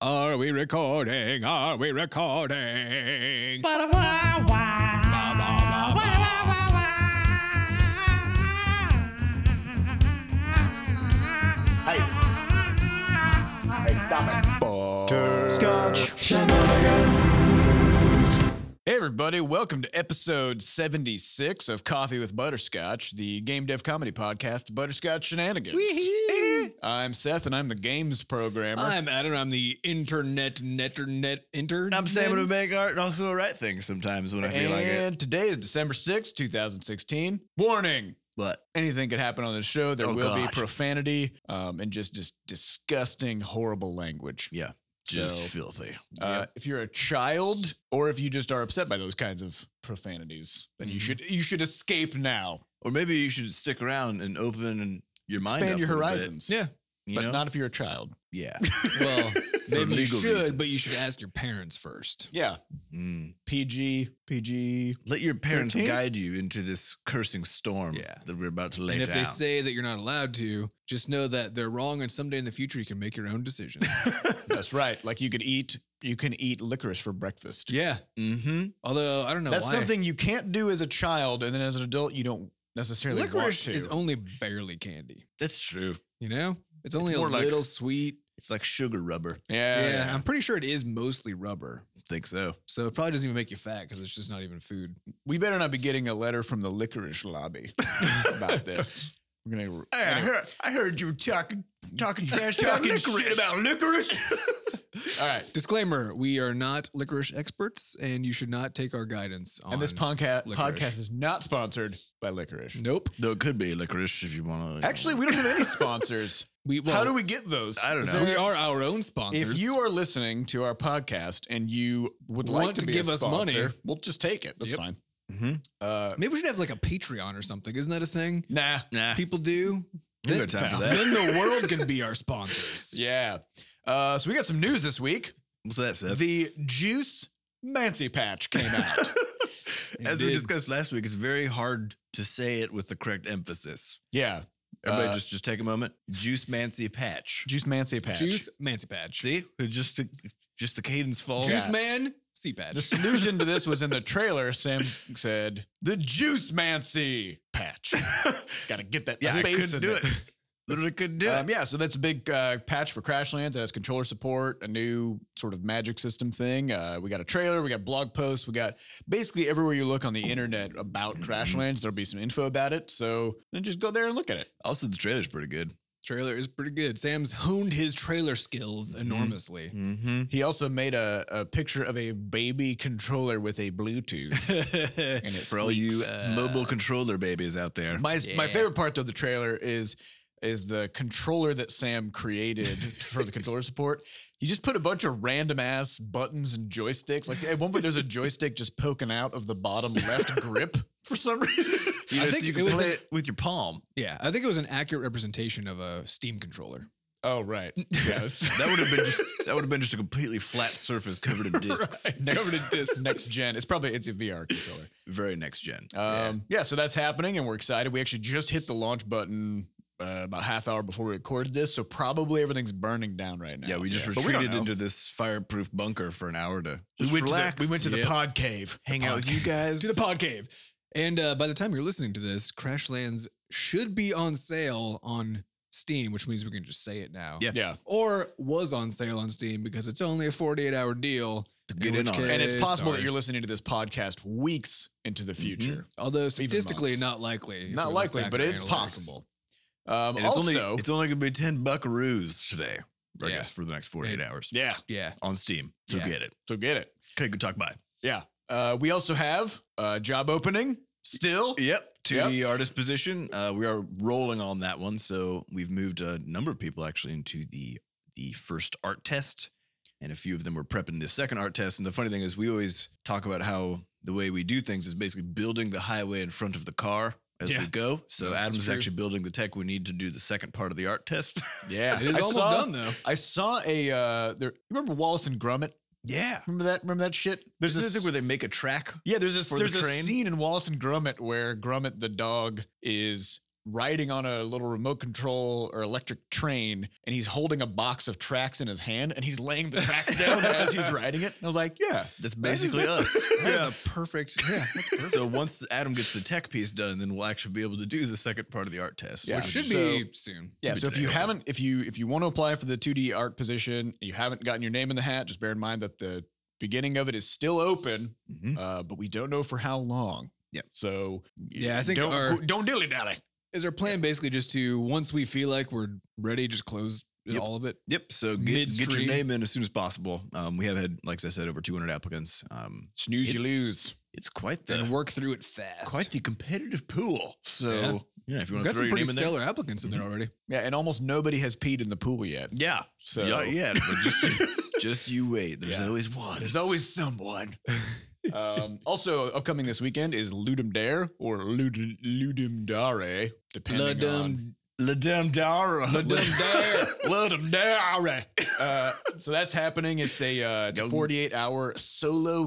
Are we recording? Are we recording? Hey. Hey, stop it. Hey, everybody, welcome to episode 76 of Coffee with Butterscotch, the game dev comedy podcast, Butterscotch Shenanigans. I'm Seth, and I'm the games programmer. I'm Adam. I'm the internet netter net inter. I'm Sam to make art and also write things sometimes when I feel like it. and today is December sixth, two 2016. Warning! But Anything could happen on this show. There Oh, will be God. profanity um, and just, just disgusting, horrible language. yeah, just So- filthy. Uh, if you're a child or if you just are upset by those kinds of profanities, then you Mhm. should you should escape now. Or maybe you should stick around and open your mind, Expand up your a little bit, horizons. Yeah. you But know? not if you're a child. yeah. Well, maybe you legal should, reasons. but you should ask your parents first. Yeah. Mm. PG, PG. Let your parents 13? guide you into this cursing storm Yeah. that we're about to lay and if down. they say that you're not allowed to, just know that they're wrong, and someday in the future you can make your own decisions. That's right. Like you could eat, you can eat licorice for breakfast. yeah. mm-hmm. Although I don't know That's why. something you can't do as a child, and then as an adult, you don't necessarily want licorice to. is only barely candy. That's true. You know, it's only a more like- little sweet. It's like sugar rubber. yeah, yeah, yeah. I'm pretty sure it is mostly rubber. think so. So it probably doesn't even make you fat because it's just not even food. We better not be getting a letter from the licorice lobby about this. We're gonna. anyway. heard, I heard you were talking, talking trash, talking shit about licorice. All right. Disclaimer: We are not licorice experts, and you should not take our guidance on And this podca- licorice. podcast is not sponsored by licorice. Nope. Though it could be licorice if you want to. Actually, we don't have any sponsors. We well, How do we get those? I don't Is know. there- We are our own sponsors. If you are listening to our podcast and you would Want like to, to be give a us money. sponsor, we'll just take it. That's Yep. fine. Mhm. Uh, maybe we should have like a Patreon or something. Isn't that a thing nah. nah, people do? we got time for that. then the world can be our sponsors. Yeah. Uh, so we got some news this week. What's that, Seth? The Juice Mancy Patch came out. As we Indeed. discussed last week, it's very hard to say it with the correct emphasis. yeah. Everybody, Uh, just just take a moment. Juice Mancy Patch. Juice Mancy Patch. Juice Mancy Patch. See, It just the, just the cadence falls. Juice Yeah. Man C Patch. The solution to this was in the trailer. Sam said, "The Juice Mancy Patch." Got to get that Yeah, I space couldn't in do there. it. Literally couldn't do Um, yeah, so that's a big uh, patch for Crashlands. It has controller support, a new sort of magic system thing. Uh, we got a trailer, we got blog posts, we got basically everywhere you look on the internet about Crashlands, there'll be some info about it. So then just go there and look at it. Also, the trailer's pretty good. trailer is pretty good. Sam's honed his trailer skills Mhm. enormously. Mm-hmm. He also made a, a picture of a baby controller with a Bluetooth. and it for all you uh, squeaks. mobile controller babies out there. My, my Yeah. favorite part though of the trailer is is the controller that Sam created for the controller support. He just put a bunch of random ass buttons and joysticks. Like at one point, there's a joystick just poking out of the bottom left grip for some reason. you I know, so think you it can was play a- it with your palm. Yeah, I think it was an accurate representation of a Steam controller. Oh right, yes. That would have been just that would have been just a completely flat surface covered in discs. Next, covered in discs. Next gen. It's probably it's a VR controller. Very next gen. Um, yeah. so that's happening, and we're excited. We actually just hit the launch button uh, about half hour before we recorded this, so probably everything's burning down right now. Yeah, we just But don't retreated know. into this fireproof bunker for an hour to We just went, to the, relax. we went to the Yep. pod cave. hang out with Pod you guys. To the pod cave. And uh, by the time you're listening to this, Crashlands should be on sale on Steam, which means we can just say it now. Yeah. Yeah. Or was on sale on Steam because it's only a 48 hour deal. get in which on it. And it's case- possible sorry. that you're listening to this podcast weeks into the future. Although statistically, months. not likely. if we Not look likely, back but at it's analytics. possible. Um, And it's also, only it's only gonna be ten buckaroos today, I Yeah. guess, for the next forty eight Yeah. hours yeah, Yeah. on Steam. So Yeah. get it. so get it. Okay, good talk. Bye. Uh, we also have a job opening still. Yep. Two D artist position. Uh, we are rolling on that one. So we've moved a number of people actually into the the first art test, and a few of them were prepping the second art test. And the funny thing is, we always talk about how the way we do things is basically building the highway in front of the car as Yeah. we go. So This is Adam's true. actually building the tech we need to do the second part of the art test. Yeah, It is I almost saw- done, though. I saw a. Uh, there, you remember Wallace and Gromit? yeah. Remember that? Remember that shit? There's There's this this- thing where they make a track Yeah, there's this For the there's a train? scene in Wallace and Gromit where Gromit the dog is riding on a little remote control or electric train and he's holding a box of tracks in his hand and he's laying the tracks down as he's riding it. And I was like, yeah, That's basically that is- us. That is a perfect. Yeah, that's perfect. so once Adam gets the tech piece done, then we'll actually be able to do the second part of the art test. Yeah. which Which should So- be soon. Yeah, Maybe so if today, you hopefully. haven't, if you if you want to apply for the 2D art position, you haven't gotten your name in the hat. Just bear in mind that the beginning of it is still open, Mhm. uh, but we don't know for how long. Yeah. So Yeah, I think don't our- don't dilly dally. Is our plan basically just to once we feel like we're ready, just close Yep. all of it? Yep. So get, get your Midstream. name in as soon as possible. Um, we have had, like I said, over 200 applicants. Um, Snooze, you It's- lose. it's quite and the work through it fast. quite the competitive pool. So yeah, if you We've want to got throw some your pretty name eh? in there, stellar applicants in there already. Yeah, and almost nobody has peed in the pool yet. yeah. So yeah, yeah. But just, just you wait. There's Yeah. always one. There's always someone. um, also, upcoming this weekend is Ludum Dare or Lud- Ludum Dare, depending on. La Dame Dara. La Dare. Ludum Dare. Uh, so that's happening. It's a uh, it's a Yum. 48 hour solo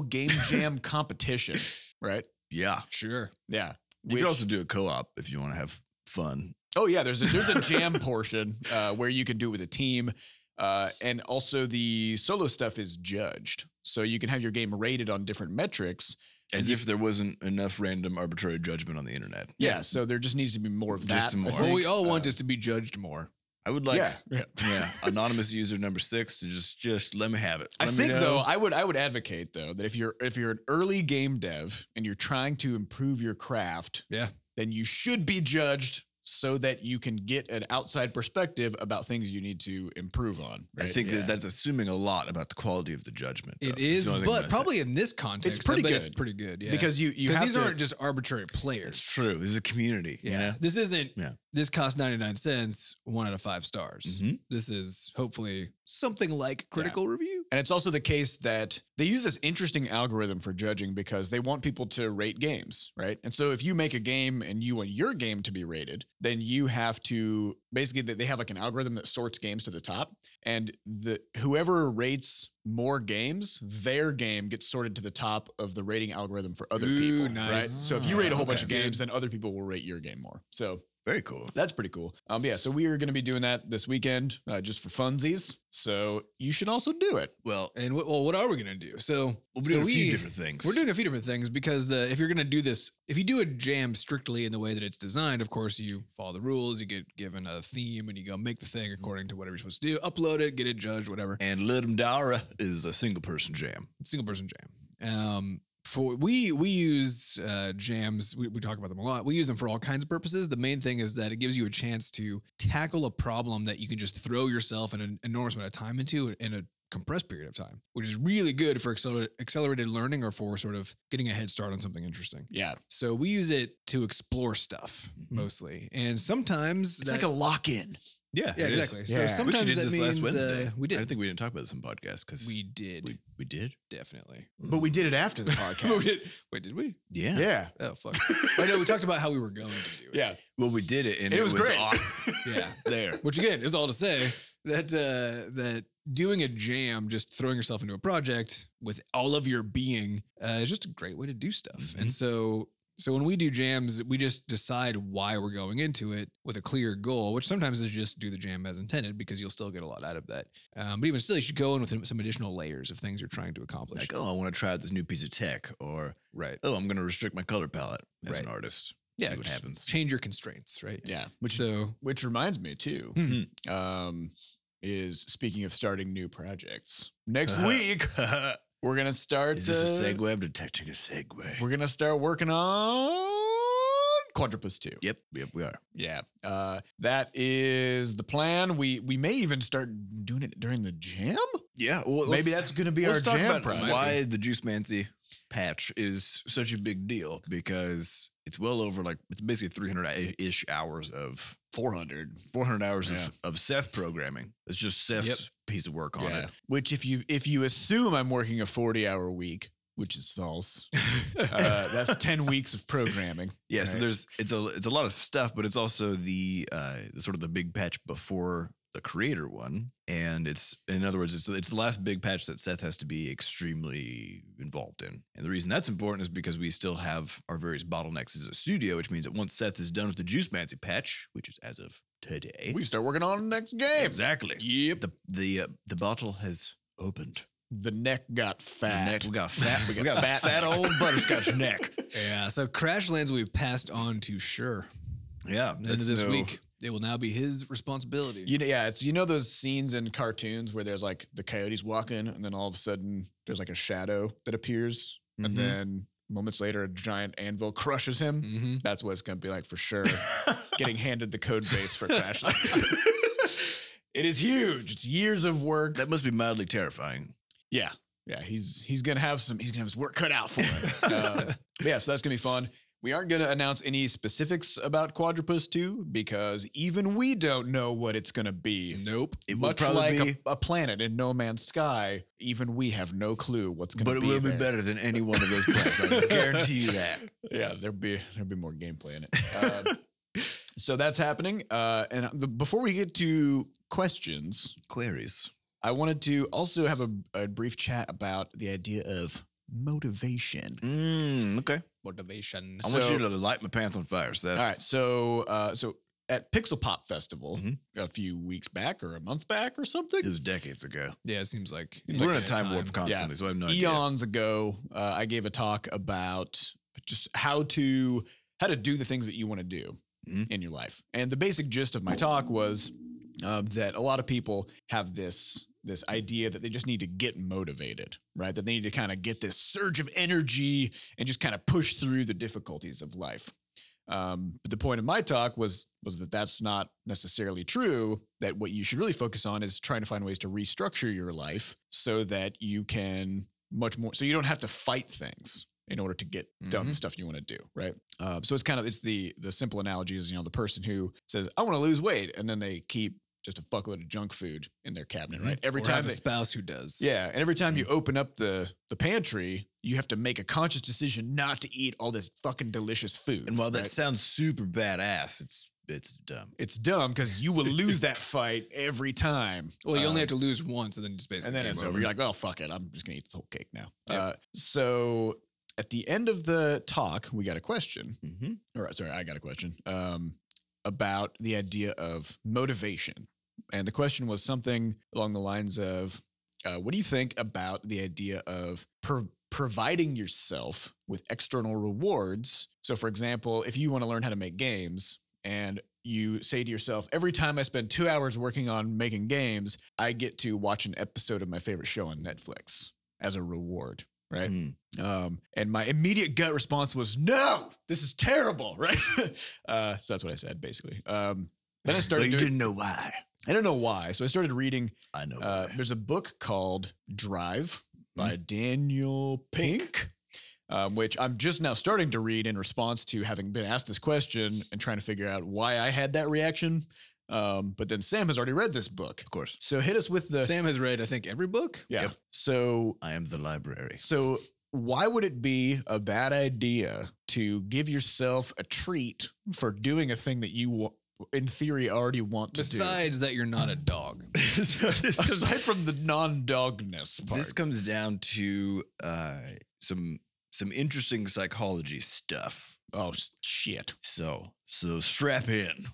game jam competition, right? Yeah. Sure. Yeah. You Which- could also do a co-op if you want to have fun. Oh yeah, there's a, there's a jam portion uh, where you can do it with a team, uh, and also the solo stuff is judged, so you can have your game rated on different metrics. As if there wasn't enough random arbitrary judgment on the internet. Yeah, so there just needs to be more of Just that. some I more. Well, think. we all want Uh, is to be judged more. I would like yeah, yeah. yeah, anonymous user number six to just just let me have it. I Let me think know. though I would I would advocate though that if you're if you're an early game dev and you're trying to improve your craft, Yeah. then you should be judged so that you can get an outside perspective about things you need to improve on. I right? think Yeah. that that's assuming a lot about the quality of the judgment. though. It That's is, the only thing I'm but gonna say. probably in this context, I pretty bet It's good. pretty good, yeah. because you you because have these to, aren't just arbitrary players. it's true. This is a community. Yeah. You know? This isn't. Yeah. This costs ninety nine cents. One out of five stars. Mhm. This is hopefully something like critical review. And it's also the case that they use this interesting algorithm for judging because they want people to rate games, right? And so if you make a game and you want your game to be rated, then you have to basically that they have like an algorithm that sorts games to the top and the whoever rates more games, their game gets sorted to the top of the rating algorithm for other Ooh, people, nice. right? So if you rate a whole bunch of Okay. games, then other people will rate your game more. So Very cool. that's pretty cool. Um, yeah, so we are going to be doing that this weekend uh, just for funsies. So you should also do it. Well, And what, well, what are we gonna do? So, we'll be so doing a we- few different things. We're doing a few different things because the if you're going to do this, if you do a jam strictly in the way that it's designed, of course you follow the rules. You get given a theme and you go make the thing according to whatever you're supposed to do. Upload it, get it judged, whatever. and Ludum Dara is a single person jam. Single person jam. Um, for we we use uh, jams. We, we talk about them a lot. We use them for all kinds of purposes. The main thing is that it gives you a chance to tackle a problem that you can just throw yourself an enormous amount of time into in a compressed period of time, which is really good for acceler- accelerated learning or for sort of getting a head start on something interesting. Yeah. So we use it to explore stuff Mhm. mostly, and sometimes Mm-hmm. It's like a lock in. Yeah. yeah, it is. exactly. Yeah. So Which you We actually sometimes did that this last means Wednesday. uh, we I don't did. think we didn't talk about this in podcast because we did we, Oh, we did. definitely. But we did it after the we podcast. did. Wait, did we? Yeah. yeah. Oh fuck! I know we talked about how we were going to do it. Yeah. Well, we did it, and It it, was great. awesome. yeah. there. Which again is all to say that uh, that doing a jam, just throwing yourself into a project with all of your being, uh, is just a great way to do stuff. Mm-hmm. And so, so when we do jams, we just decide why we're going into it with a clear goal, which sometimes is just do the jam as intended because you'll still get a lot out of that. Um, but even still, you should go in with some additional layers of things you're trying to accomplish. Like, oh, I want to try out this new piece of tech, or right. oh, I'm going to restrict my color palette as an Right. artist. Yeah. See what just happens. Change your constraints. Right. Yeah. Which So which reminds me too. Hmm. Um is speaking of starting new projects. Next Uh-huh. week we're gonna start is this uh, a segue? I'm detecting a segue. We're gonna start working on Quadrupus 2. Yep. Yep. We are. Yeah. Uh that is the plan. We we may even start doing it during the jam. Yeah. Well, Maybe let's- that's gonna be let's our talk jam about project. why the Juice Mancy patch is such a big deal because it's well over like it's basically 300 ish hours of 400. 400 hours Yeah. of, of Seth programming. It's just Seth's Yep. piece of work on Yeah. it. Which if you if you assume I'm working a 40 hour week, which is false, uh, that's 10 weeks of programming. Yeah, so Right. there's it's a it's a lot of stuff, but it's also the uh, sort of the big patch before the creator one. And it's in other words, it's it's the last big patch that Seth has to be extremely involved in. And the reason that's important is because we still have our various bottlenecks as a studio, which means that once Seth is done with the Juice Mancy patch, which is as of today, We start working on the next game. exactly. Yep. The the uh, the bottle has opened. The neck got fat. The neck- we got fat. We got, got fat, fat fat neck. old butterscotch neck. Yeah. So Crashlands we've passed on to Sure. Yeah. End of that's this no- week. It will now be his responsibility. You know, yeah, it's you know those scenes in cartoons where there's like the coyotes walking, and then all of a sudden there's like a shadow that appears, Mhm. and then moments later a giant anvil crushes him. hmm That's what it's gonna be like for sure. Getting handed the code base for Crashlands. it is huge. It's years of work. That must be mildly terrifying. Yeah, yeah. He's he's gonna have some. He's gonna have his work cut out for him. uh, but yeah, so that's gonna be fun. We aren't gonna announce any specifics about Quadrupus Two because even we don't know what it's gonna be. Nope. It will Much probably like be- a, a planet in No Man's Sky, even we have no clue what's gonna. but it be will be there. better than any one of those plans. I guarantee you that. Yeah, there'll be there'll be more gameplay in it. Uh, so that's happening. Uh, and the, before we get to questions, Queries. I wanted to also have a, a brief chat about the idea of motivation. Mm, okay. Motivation. I want So- you to light my pants on fire, Seth. All right, so uh, so at Pixel Pop Festival Mhm. a few weeks back or a month back or something, It was decades ago. Yeah, it seems like We're in a time, warp constantly, Yeah. so I have no idea. eons ago, uh, I gave a talk about just how to how to do the things that you want to do Mhm. in your life, and the basic gist of my talk was um, that a lot of people have this this idea that they just need to get motivated, right? That they need to kind of get this surge of energy and just kind of push through the difficulties of life. Um, but the point of my talk was was that that's not necessarily true. That what you should really focus on is trying to find ways to restructure your life so that you can much more. So you don't have to fight things in order to get done the stuff you want to do, right? Uh, so it's kind of it's the the simple analogy is you know the person who says I want to lose weight and then they keep just a fuckload of junk food in their cabinet, right? Every Every time time a they, spouse who does. yeah, and every time you mm-hmm. open up the the pantry, you have to make a conscious decision not to eat all this fucking delicious food. And while that right? sounds super badass, it's it's dumb. it's dumb because you will lose that fight every time. Well, you only Um, have to lose once, and then just basically and then game it's over. You're like, oh fuck it, I'm just gonna eat this whole cake now. Yeah. Uh, so at the end of the talk, we got a question. Mm-hmm. All right, sorry, I got a question um, about the idea of motivation. And the question was something along the lines of uh, what do you think about the idea of pro- providing yourself with external rewards? So, for example, if you want to learn how to make games and you say to yourself, every time I spend two hours working on making games, I get to watch an episode of my favorite show on Netflix as a reward, right? Mm-hmm. Um, and my immediate gut response was, no, this is terrible, right? uh, so that's what I said, basically. Um, then I started you doing, didn't Oh, know why. I don't know why. So I started reading, I know. uh, why. there's a book called Drive Hmm. by Daniel Pink, um, which I'm just now starting to read in response to having been asked this question and trying to figure out why I had that reaction. Um, but then Sam has already read this book. Of course, So hit us with the, Sam has read, I think, every book. yeah. Yep. So I am the library. so, why would it be a bad idea to give yourself a treat for doing a thing that you, wa- in theory, already want to Besides that, you're not a dog. do? Aside from the non-dogness part, This comes down to uh, some some interesting psychology stuff. oh s- shit! So so strap in.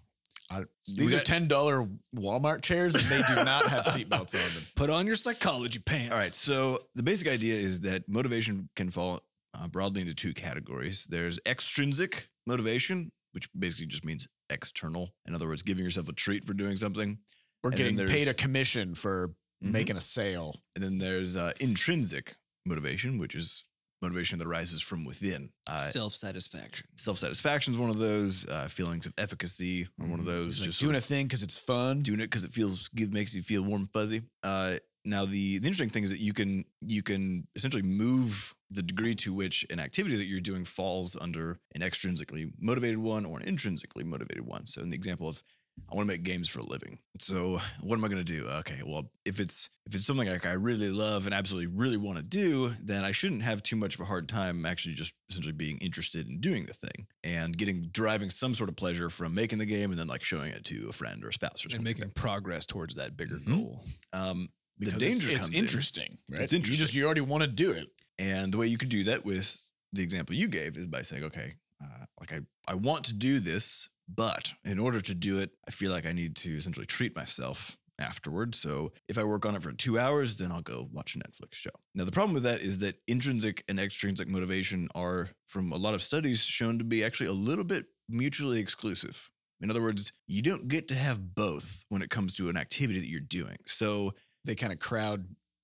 I- we these are got- ten-dollar Walmart chairs, and they do not have seatbelts on them. Put on your psychology pants. All right. So the basic idea is that motivation can fall uh, broadly into two categories. There's extrinsic motivation, which basically just means external. In other words, giving yourself a treat for doing something. We're And then getting there's- paid a commission for Mhm. making a sale. And then there's uh, intrinsic motivation, which is motivation that arises from within. Uh, Self satisfaction. Self satisfaction is one of those. Uh, feelings of efficacy are one of those. Mm, It's like just doing sort a of thing because it's fun. doing it because it feels give makes you feel warm and fuzzy. Uh, now the, the interesting thing is that you can you can essentially move the degree to which an activity that you're doing falls under an extrinsically motivated one or an intrinsically motivated one. So in the example of I want to make games for a living. So what am I going to do? Okay, well, if it's if it's something like I really love and absolutely really want to do, then I shouldn't have too much of a hard time actually just essentially being interested in doing the thing and getting deriving some sort of pleasure from making the game and then like showing it to a friend or a spouse or something. and making progress towards that bigger Mhm. goal. um, the Mm-hmm. Because danger it's, comes it's in. interesting, right? It's You just interesting. you already want to do it. And the way you could do that with the example you gave is by saying, okay, uh, like I, I want to do this, but in order to do it, I feel like I need to essentially treat myself afterward. So if I work on it for two hours, then I'll go watch a Netflix show. Now, the problem with that is that intrinsic and extrinsic motivation are, from a lot of studies, shown to be actually a little bit mutually exclusive. In other words, you don't get to have both when it comes to an activity that you're doing. So They kind of crowd.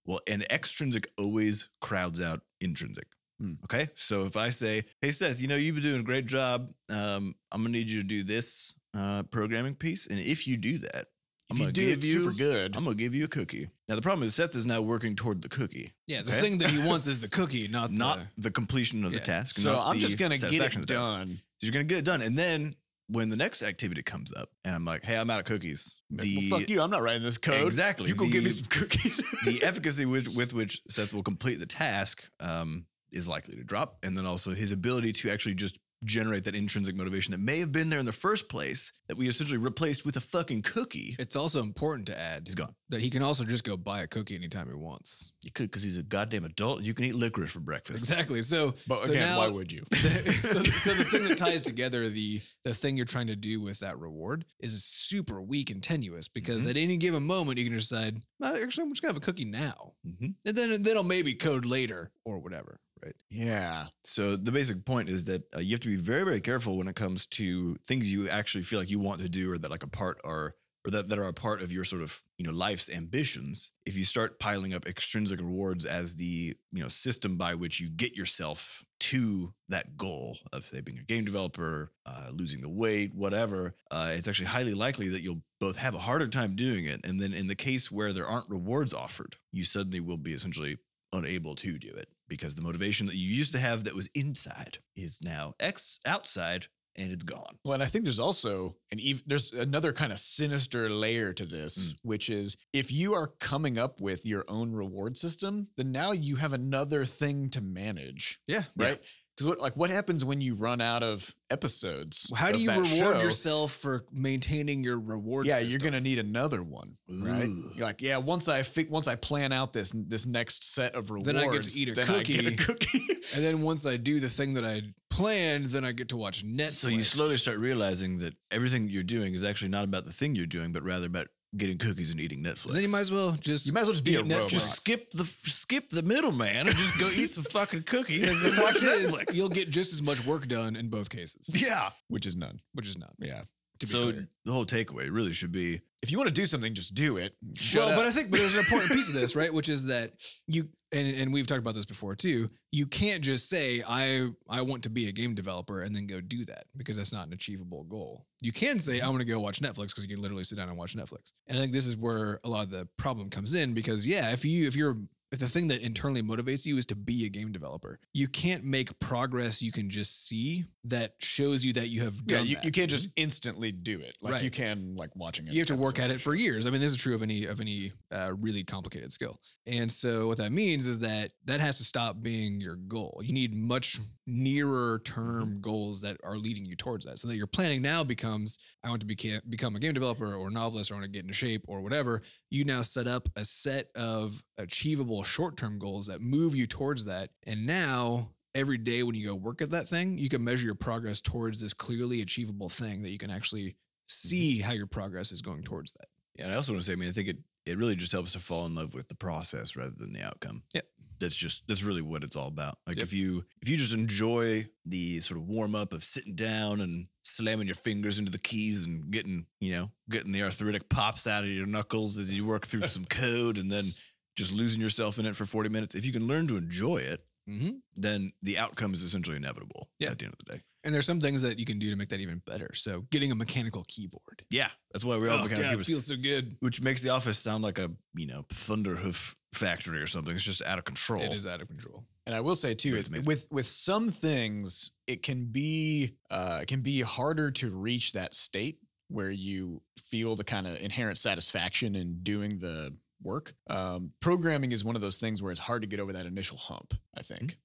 well, and extrinsic always crowds out intrinsic. Hmm. Okay. So if I say, hey, Seth, you know, you've been doing a great job. Um, I'm going to need you to do this uh, programming piece. And if you do that, If I'm you gonna do it give you- super good, I'm going to give you a cookie. Now, the problem is Seth is now working toward the cookie, Yeah, the Okay. thing that he wants is the cookie, not not the, the completion of Yeah. the task. so not I'm the just gonna get satisfaction it of the task. done. So you're going to get it done. And then when the next activity comes up and I'm like, hey, I'm out of cookies. The, well, fuck you! I'm not writing this code. Exactly. You go give me The- some cookies. the efficacy with, with which Seth will complete the task um, is likely to drop. And then also his ability to actually just generate that intrinsic motivation that may have been there in the first place that we essentially replaced with a fucking cookie It's also important to add is gone. that he can also just go buy a cookie anytime he wants. You could, because he's a goddamn adult. and You can eat licorice for breakfast. Exactly. So, but so again, now- why would you? so, so the thing that ties together the the thing you're trying to do with that reward is super weak and tenuous because Mm-hmm. Mhm. at any given moment you can decide, "Well, actually, I'm just gonna have a cookie now, Mhm. and then then I'll maybe code later or whatever. Right? Yeah, So the basic point is that uh, you have to be very, very careful when it comes to things you actually feel like you want to do or that like a part are or that, that are a part of your sort of you know life's ambitions if you start piling up extrinsic rewards as the you know system by which you get yourself to that goal of say being a game developer uh, losing the weight whatever uh, it's actually highly likely that you'll both have a harder time doing it and then in the case where there aren't rewards offered you suddenly will be essentially unable to do it because the motivation that you used to have that was inside is now ex outside and it's gone. Well, and I think there's also an ev- there's another kind of sinister layer to this, which is if you are coming up with your own reward system, then now you have another thing to manage, Yeah. right? Because what like what happens when you run out of episodes? How do of you that reward show? yourself for maintaining your reward? Yeah, system? you're gonna need another one, right? Ooh. You're like, yeah, once I fi- once I plan out this this next set of rewards, Then I get to eat a then I get cookie. cookie. And then once I do the thing that I planned, then I get to watch Netflix. So you slowly start realizing that everything you're doing is actually not about the thing you're doing, but rather about getting cookies and eating Netflix. And then you might as well just you might as well just be Eat a Netflix. robot. just skip the skip the middleman and just go eat some fucking cookies. Because the and watch fact is, Netflix. you'll get just as much work done in both cases, yeah, which is none. which is not. Yeah. To be so clear. the whole takeaway really should be if you want to do something, just do it. Shut well, up. but I think but there's an important piece of this, right? Which is that you and and we've talked about this before too. You can't just say I I want to be a game developer and then go do that because that's not an achievable goal. You can say I want to go watch Netflix because you can literally sit down and watch Netflix. And I think this is where a lot of the problem comes in because yeah, if you if you're if the thing that internally motivates you is to be a game developer, you can't make progress you can just see that shows you that you have yeah, done. you, that. Mm-hmm. you can't just instantly do it. Like Right. you can like watching it. you have to work at it for years. I mean, this is true of any of any uh, really complicated skill. And so what that means is that that has to stop being your goal. You need much nearer term goals that are leading you towards that. So that your planning now becomes I want to beca- become a game developer or novelist or I want to get into shape or whatever. You now set up a set of achievable short term goals that move you towards that. And now every day when you go work at that thing, you can measure your progress towards this clearly achievable thing that you can actually see Mm-hmm. how your progress is going towards that. Yeah, and I also want to say, I mean, I think it it really just helps to fall in love with the process rather than the outcome. Yep. That's just that's really what it's all about. Like Yep. if you if you just enjoy the sort of warm up of sitting down and slamming your fingers into the keys and getting, you know, getting the arthritic pops out of your knuckles as you work through some code and then just losing yourself in it for 40 minutes, if you can learn to enjoy it, Mm-hmm. then the outcome is essentially inevitable Yeah. at the end of the day. And there's some things that you can do to make that even better. So getting a mechanical keyboard. Yeah. That's why we all oh, become God, keepers. it feels so good. which makes the office sound like a you know thunderhoof factory or something. It's just out of control. It is out of control. And I will say too, But it's it's, amazing. with with some things, it can be uh, it can be harder to reach that state where you feel the kind of inherent satisfaction in doing the work. Um, programming is one of those things where it's hard to get over that initial hump, I think,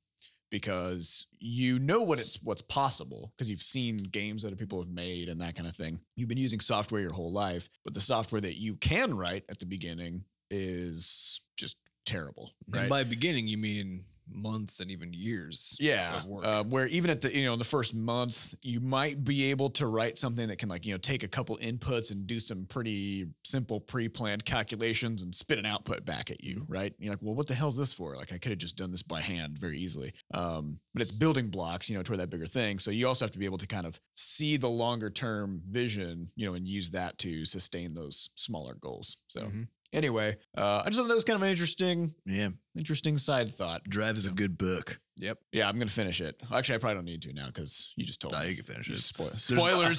because you know what it's what's possible because you've seen games that other people have made and that kind of thing. You've been using software your whole life, but the software that you can write at the beginning is just terrible, right? And by beginning, you mean months and even years. yeah of work. uh, where even at the you know in the first month you might be able to write something that can like you know take a couple inputs and do some pretty simple pre-planned calculations and spit an output back at Mm-hmm. you right you're like well what the hell's this for like i could have just done this by hand very easily um, but it's building blocks you know toward that bigger thing so you also have to be able to kind of see the longer term vision you know and use that to sustain those smaller goals so Mhm. anyway uh, i just thought that was kind of an interesting Yeah. interesting side thought Drive is a good book. Yep. yeah, I'm gonna finish it. Actually, I probably don't need to now because you just told Nah, me. you can finish You it. just spoil- There's-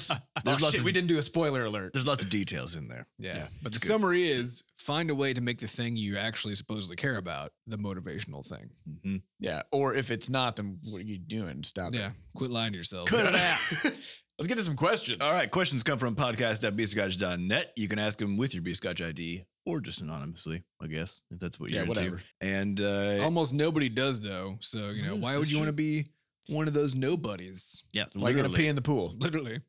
spoilers. There's oh, lots shit, of- we didn't do a spoiler alert. There's lots of details in there. Yeah. Yeah, but the it's good. summary is find a way to make the thing you actually supposedly care about the motivational thing. Mm-hmm. Yeah, or if it's not, then what are you doing? Stop Yeah. it. Quit lying to yourself. Cut it out. Let's get to some questions. All right, questions come from podcast.bscotch.net. You can ask them with your bscotch ID or just anonymously, I guess, if that's what you're Yeah, into. whatever. And uh, Almost nobody does though. So you know Yes, why would that's you want to be one of those nobodies? yeah, Why you gonna pee in the pool? Literally.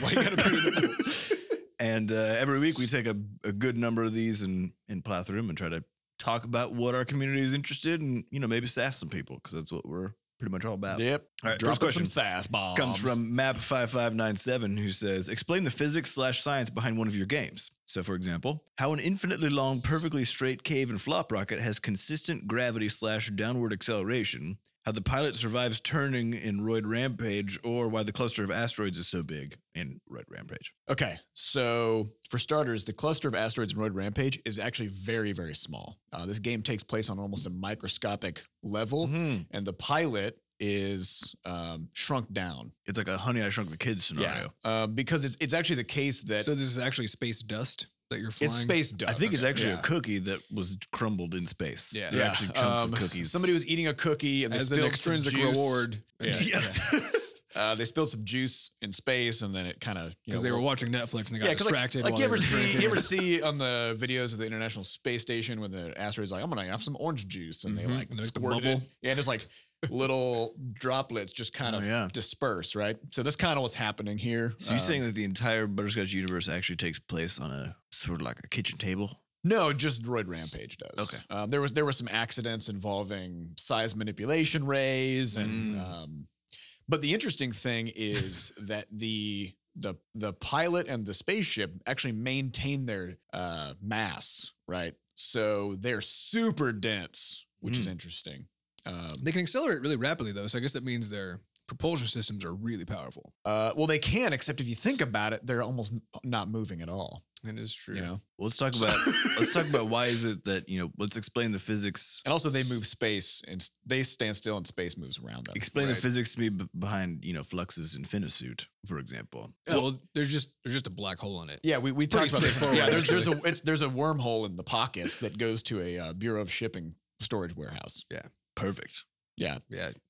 Why you gotta pee in the pool? and uh, every week we take a, a good number of these and and plow through them and try to talk about what our community is interested in. You know, maybe sass some people because that's what we're pretty much all about. Yep. All right, Drop first question some sass bombs. comes from map 5597 who says explain the physics slash science behind one of your games so for example how an infinitely long perfectly straight cave and flop rocket has consistent gravity slash downward acceleration how the pilot survives turning in roid rampage or why the cluster of asteroids is so big in roid rampage Okay, so for starters, the cluster of asteroids in Roid Rampage is actually very, very small. Uh, this game takes place on almost a microscopic level, Mm-hmm. and the pilot is um, shrunk down. it's like a honey i shrunk the kids scenario Yeah, um, because it's it's actually the case that So this is actually space dust that you're flying. it's space dust. I think it's actually Yeah. a cookie that was crumbled in space. Yeah. They're Yeah. actually chunks Um, of cookies. Somebody was eating a cookie and they as an spilled extrinsic some juice. reward. Yeah. Yes. Uh, they spilled some juice in space, and then it kind of Because they were watching Netflix and they got distracted. Like, like while you they ever were see, drinking. you ever see on the videos of the International Space Station when the asteroid's like, "I'm gonna have some orange juice," Mhm. and they like And there's the squirted it, bubble. yeah, just like little droplets just kind Oh, of yeah. disperse, right? So that's kind of what's happening here. So you're Um, saying that the entire butterscotch universe actually takes place on a sort of like a kitchen table? No, just Droid Rampage does. Okay. Um, there was there were some accidents involving size manipulation rays, and Mm. um, but the interesting thing is that the the the pilot and the spaceship actually maintain their uh, mass, right? So they're super dense, which is Mm. interesting. Um, They can accelerate really rapidly though, so I guess that means their propulsion systems are really powerful. uh, well, they can, except if you think about it, they're almost m- not moving at all. That is true. You know, Well, let's talk about let's talk about why is it that you know let's explain the physics and also they move space, and s- they stand still, and space moves around them. explain Right. the physics to me b- behind you know Flux's infinisuit for example. Well, there's just there's just a black hole in it. Yeah, we, we pretty talked about this. straightforward, Yeah, there's, there's a it's there's a wormhole in the pockets that goes to a uh, Bureau of Shipping storage warehouse. Perfect. Yeah.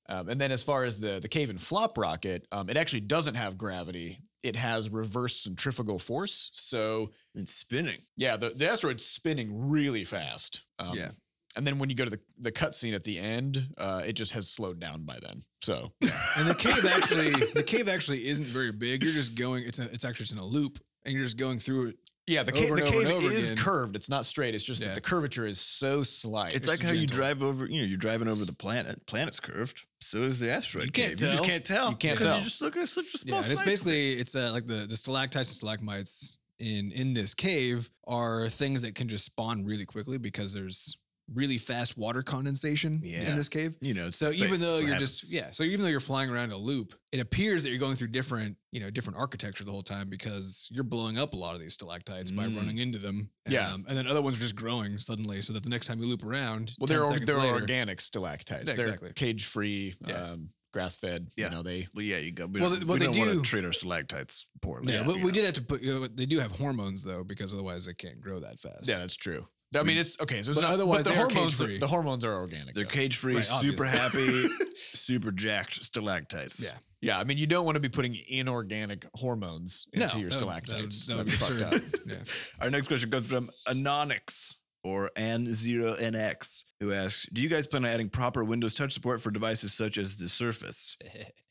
Um, and then as far as the the cave and flop rocket, um, it actually doesn't have gravity. It has reverse centrifugal force. So It's spinning. yeah, the, the asteroid's spinning really fast. Um, Yeah. And then when you go to the the cutscene at the end, uh, it just has slowed down by then. So And the cave actually the cave actually isn't very big. You're just going it's a, it's actually just in a loop and you're just going through it. yeah, the, Over cave and the over cave and over is again. curved. It's not straight. It's just Yeah. that the curvature is so slight. It's, like how you gentle. drive over. You know, you're driving over the planet. Planet's curved. So is the asteroid. You can't cave. You tell. just can't tell. You can't because tell. You're just looking at such a small. Yeah. And it's slice of it. basically it's uh, like the the stalactites and stalagmites in in this cave are things that can just spawn really quickly because there's really fast water condensation Yeah. in this cave. you know. So space, even that's though what you're happens. just yeah, so even though you're flying around in a loop, it appears that you're going through different you know different architecture the whole time because you're blowing up a lot of these stalactites by Mm. running into them. Yeah. um, and then other ones are just growing suddenly, so that the next time you loop around, Well, 10 they're or- seconds they're later- organic stalactites. Yeah, they're exactly. cage free, Yeah. um, grass fed. Yeah. You know they. Well, yeah, you go. We Well, don't, th- what we they don't want do- to treat our stalactites poorly. Yeah, you but we know. did have to put. You know, they do have hormones though, because otherwise they can't grow that fast. Yeah, that's true. I mean, it's okay. So it's But not, otherwise but the they are hormones. Are, cage-free. the hormones are organic. They're though. cage free, Right, super happy, super jacked stalactites. Yeah. Yeah, I mean, you don't want to be putting inorganic hormones No, into your that would- that would- stalactites. that would That's be fucked up. absurd. Yeah. Our next question comes from Anonix or An0NX, who asks Do you guys plan on adding proper Windows Touch support for devices such as the Surface?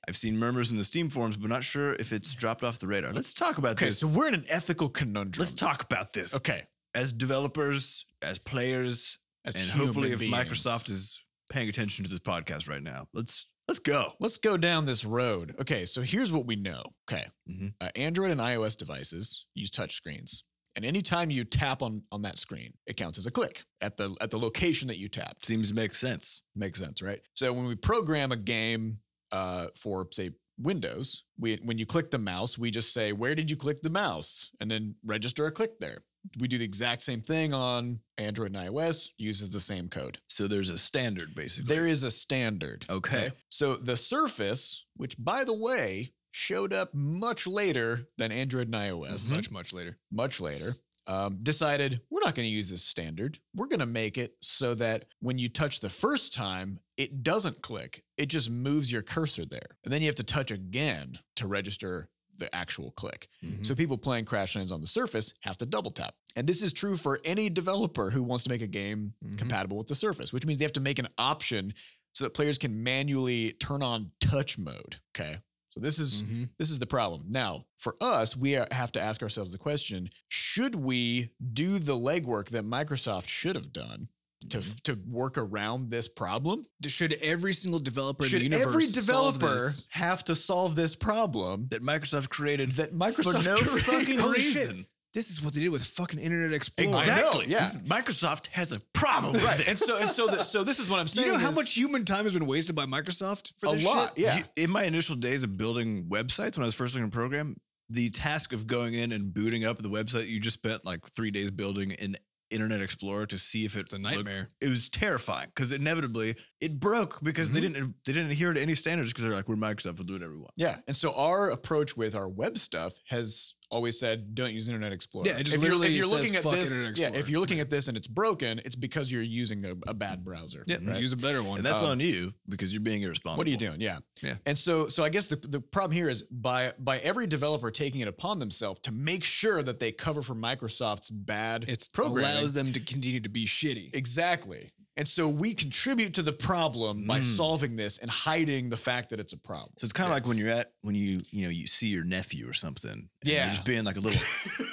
I've seen murmurs in the Steam forums, but not sure if it's dropped off the radar. Let's talk about Okay, this. so we're in an ethical conundrum. Let's talk about this. Okay, As developers, as players, as and human hopefully if beings. Microsoft is paying attention to this podcast right now, let's let's go. Let's go down this road. Okay, so here's what we know. Okay, Mhm. uh, Android and iOS devices use touch screens, and anytime you tap on on that screen, it counts as a click at the at the location that you tapped. Seems to make sense. Makes sense, right? So when we program a game uh, for, say, Windows, we when you click the mouse, we just say, "Where did you click the mouse?" and then register a click there. We do the exact same thing on Android and iOS. Uses the same code. So there's a standard basically. There is a standard. Okay. So the Surface, which by the way showed up much later than Android and iOS, Mhm. Much, much later. much later, um, decided we're not going to use this standard. We're going to make it so that when you touch the first time, it doesn't click. It just moves your cursor there. And then you have to touch again to register the actual click. Mm-hmm. Mhm. So people playing Crash Lands on the Surface have to double tap. And this is true for any developer who wants to make a game Mhm. compatible with the Surface, which means they have to make an option so that players can manually turn on touch mode. Okay. So this is Mhm. this is the problem. Now, for us, we are- have to ask ourselves the question should we do the legwork that Microsoft should have done Mm-hmm. to, to work around this problem? Should every single developer should in the universe every solve developer this? have to solve this problem that Microsoft created that Microsoft for no created? fucking Holy shit. reason. This is what they did with fucking Internet Explorer. Exactly. I know, yeah. This- Microsoft has a problem with Right. this. And so and so the, so this is what I'm Do saying. you know how is much human time has been wasted by Microsoft for a this lot. shit? Yeah. You- in my initial days of building websites, when I was first learning to program, the task of going in and booting up the website you just spent like three days building in Internet Explorer to see if it It's a nightmare. it was terrifying because inevitably it broke because they Mm-hmm. didn't they didn't adhere to any standards because they're like we're Microsoft, we'll do it everyone. Yeah. And so our approach with our web stuff has always said don't use Internet Explorer. Yeah, it just literally says, "Fuck Internet this, yeah, if Explorer." you're looking at this and it's broken, it's because you're using a, a bad browser. Yeah, right? use a better one. And that's Um, on you because you're being irresponsible. What are you doing? Yeah. Yeah. And so so I guess the, the problem here is by by every developer taking it upon themselves to make sure that they cover for Microsoft's bad It programming. allows them to continue to be shitty. exactly. And so we contribute to the problem by Mm. solving this and hiding the fact that it's a problem. So it's kind of like when you're at when you you know you see your nephew or something. and they're Yeah. just being like a little.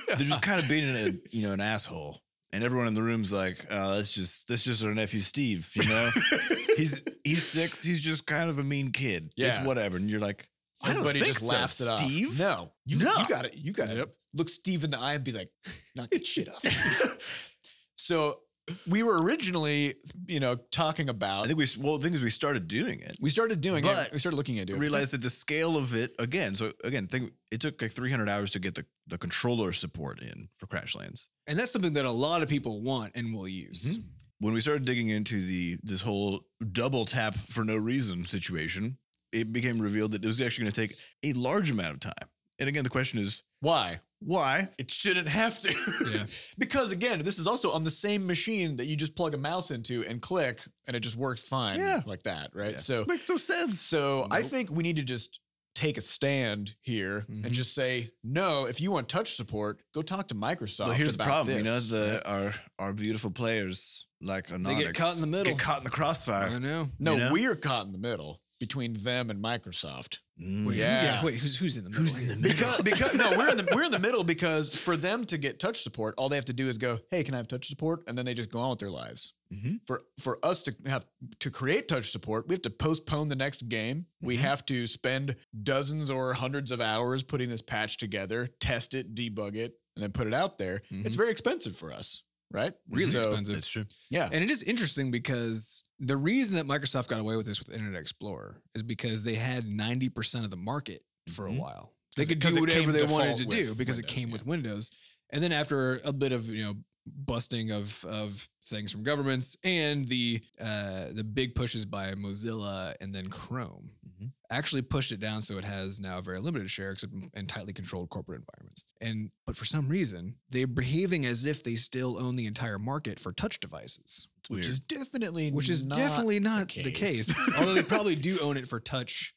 they're just kind of being a you know an asshole, and everyone in the room's like, oh, that's just that's just our nephew Steve. You know, he's he's six. He's just kind of a mean kid. Yeah. it's whatever. And you're like, I don't Everybody think just so, laughs it off. Steve. No, you, No. you got it. You got to Look Steve in the eye and be like, knock that shit off. so we were originally, you know, talking I about. think we s- well the thing is we started doing it. We started doing But it. We started looking into it. realized that the scale of it again. So again, think it took like 300 hours to get the the controller support in for Crashlands. And that's something that a lot of people want and will use. when we started digging into the this whole double tap for no reason situation, it became revealed that it was actually going to take a large amount of time. And again, the question is why. why? It shouldn't have to. Yeah. because again, this is also on the same machine that you just plug a mouse into and click, and it just works fine Yeah. like that, right? So, makes no sense. so I Nope. think we need to just take a stand here Mhm. and just say, no, if you want touch support, go talk to Microsoft. Mm-hmm. Well, here's the about problem. You know, this. the our our beautiful players like Anonix, get caught in the middle. Get caught in the I Mm-hmm. crossfire. know. no, you know? we're caught in the middle between them and Microsoft. Mm. Wait, who- Yeah. wait, who's, who's in the middle? Who's in the Because, because no, we're in the we're in the middle because for them to get touch support, all they have to do is go, "Hey, can I have touch support?" and then they just go on with their lives. Mm-hmm. Mhm. For for us to have to create touch support, we have to postpone the next game. Mm-hmm. We have to spend dozens or hundreds of hours putting this patch together, test it, debug it, and then put it out there. It's very expensive for us, right? Mm-hmm. Really So- expensive. That's true. Yeah. And it is interesting because the reason that Microsoft got away with this with Internet Explorer is because they had 90% of the market for Mhm. a while. They 'Cause it- could 'cause do Mm-hmm. it whatever came they wanted to default do with because it Windows, came yeah. with Windows. And then after a bit of, you know, busting of of things from governments and the uh the big pushes by Mozilla and then Chrome Mhm. actually pushed it down so it has now a very limited share except in- in tightly controlled corporate environments. And but for some reason, they're behaving as if they still own the entire market for touch devices Which Weird. is definitely which is not- definitely not the case. case. Although they probably do own it for touch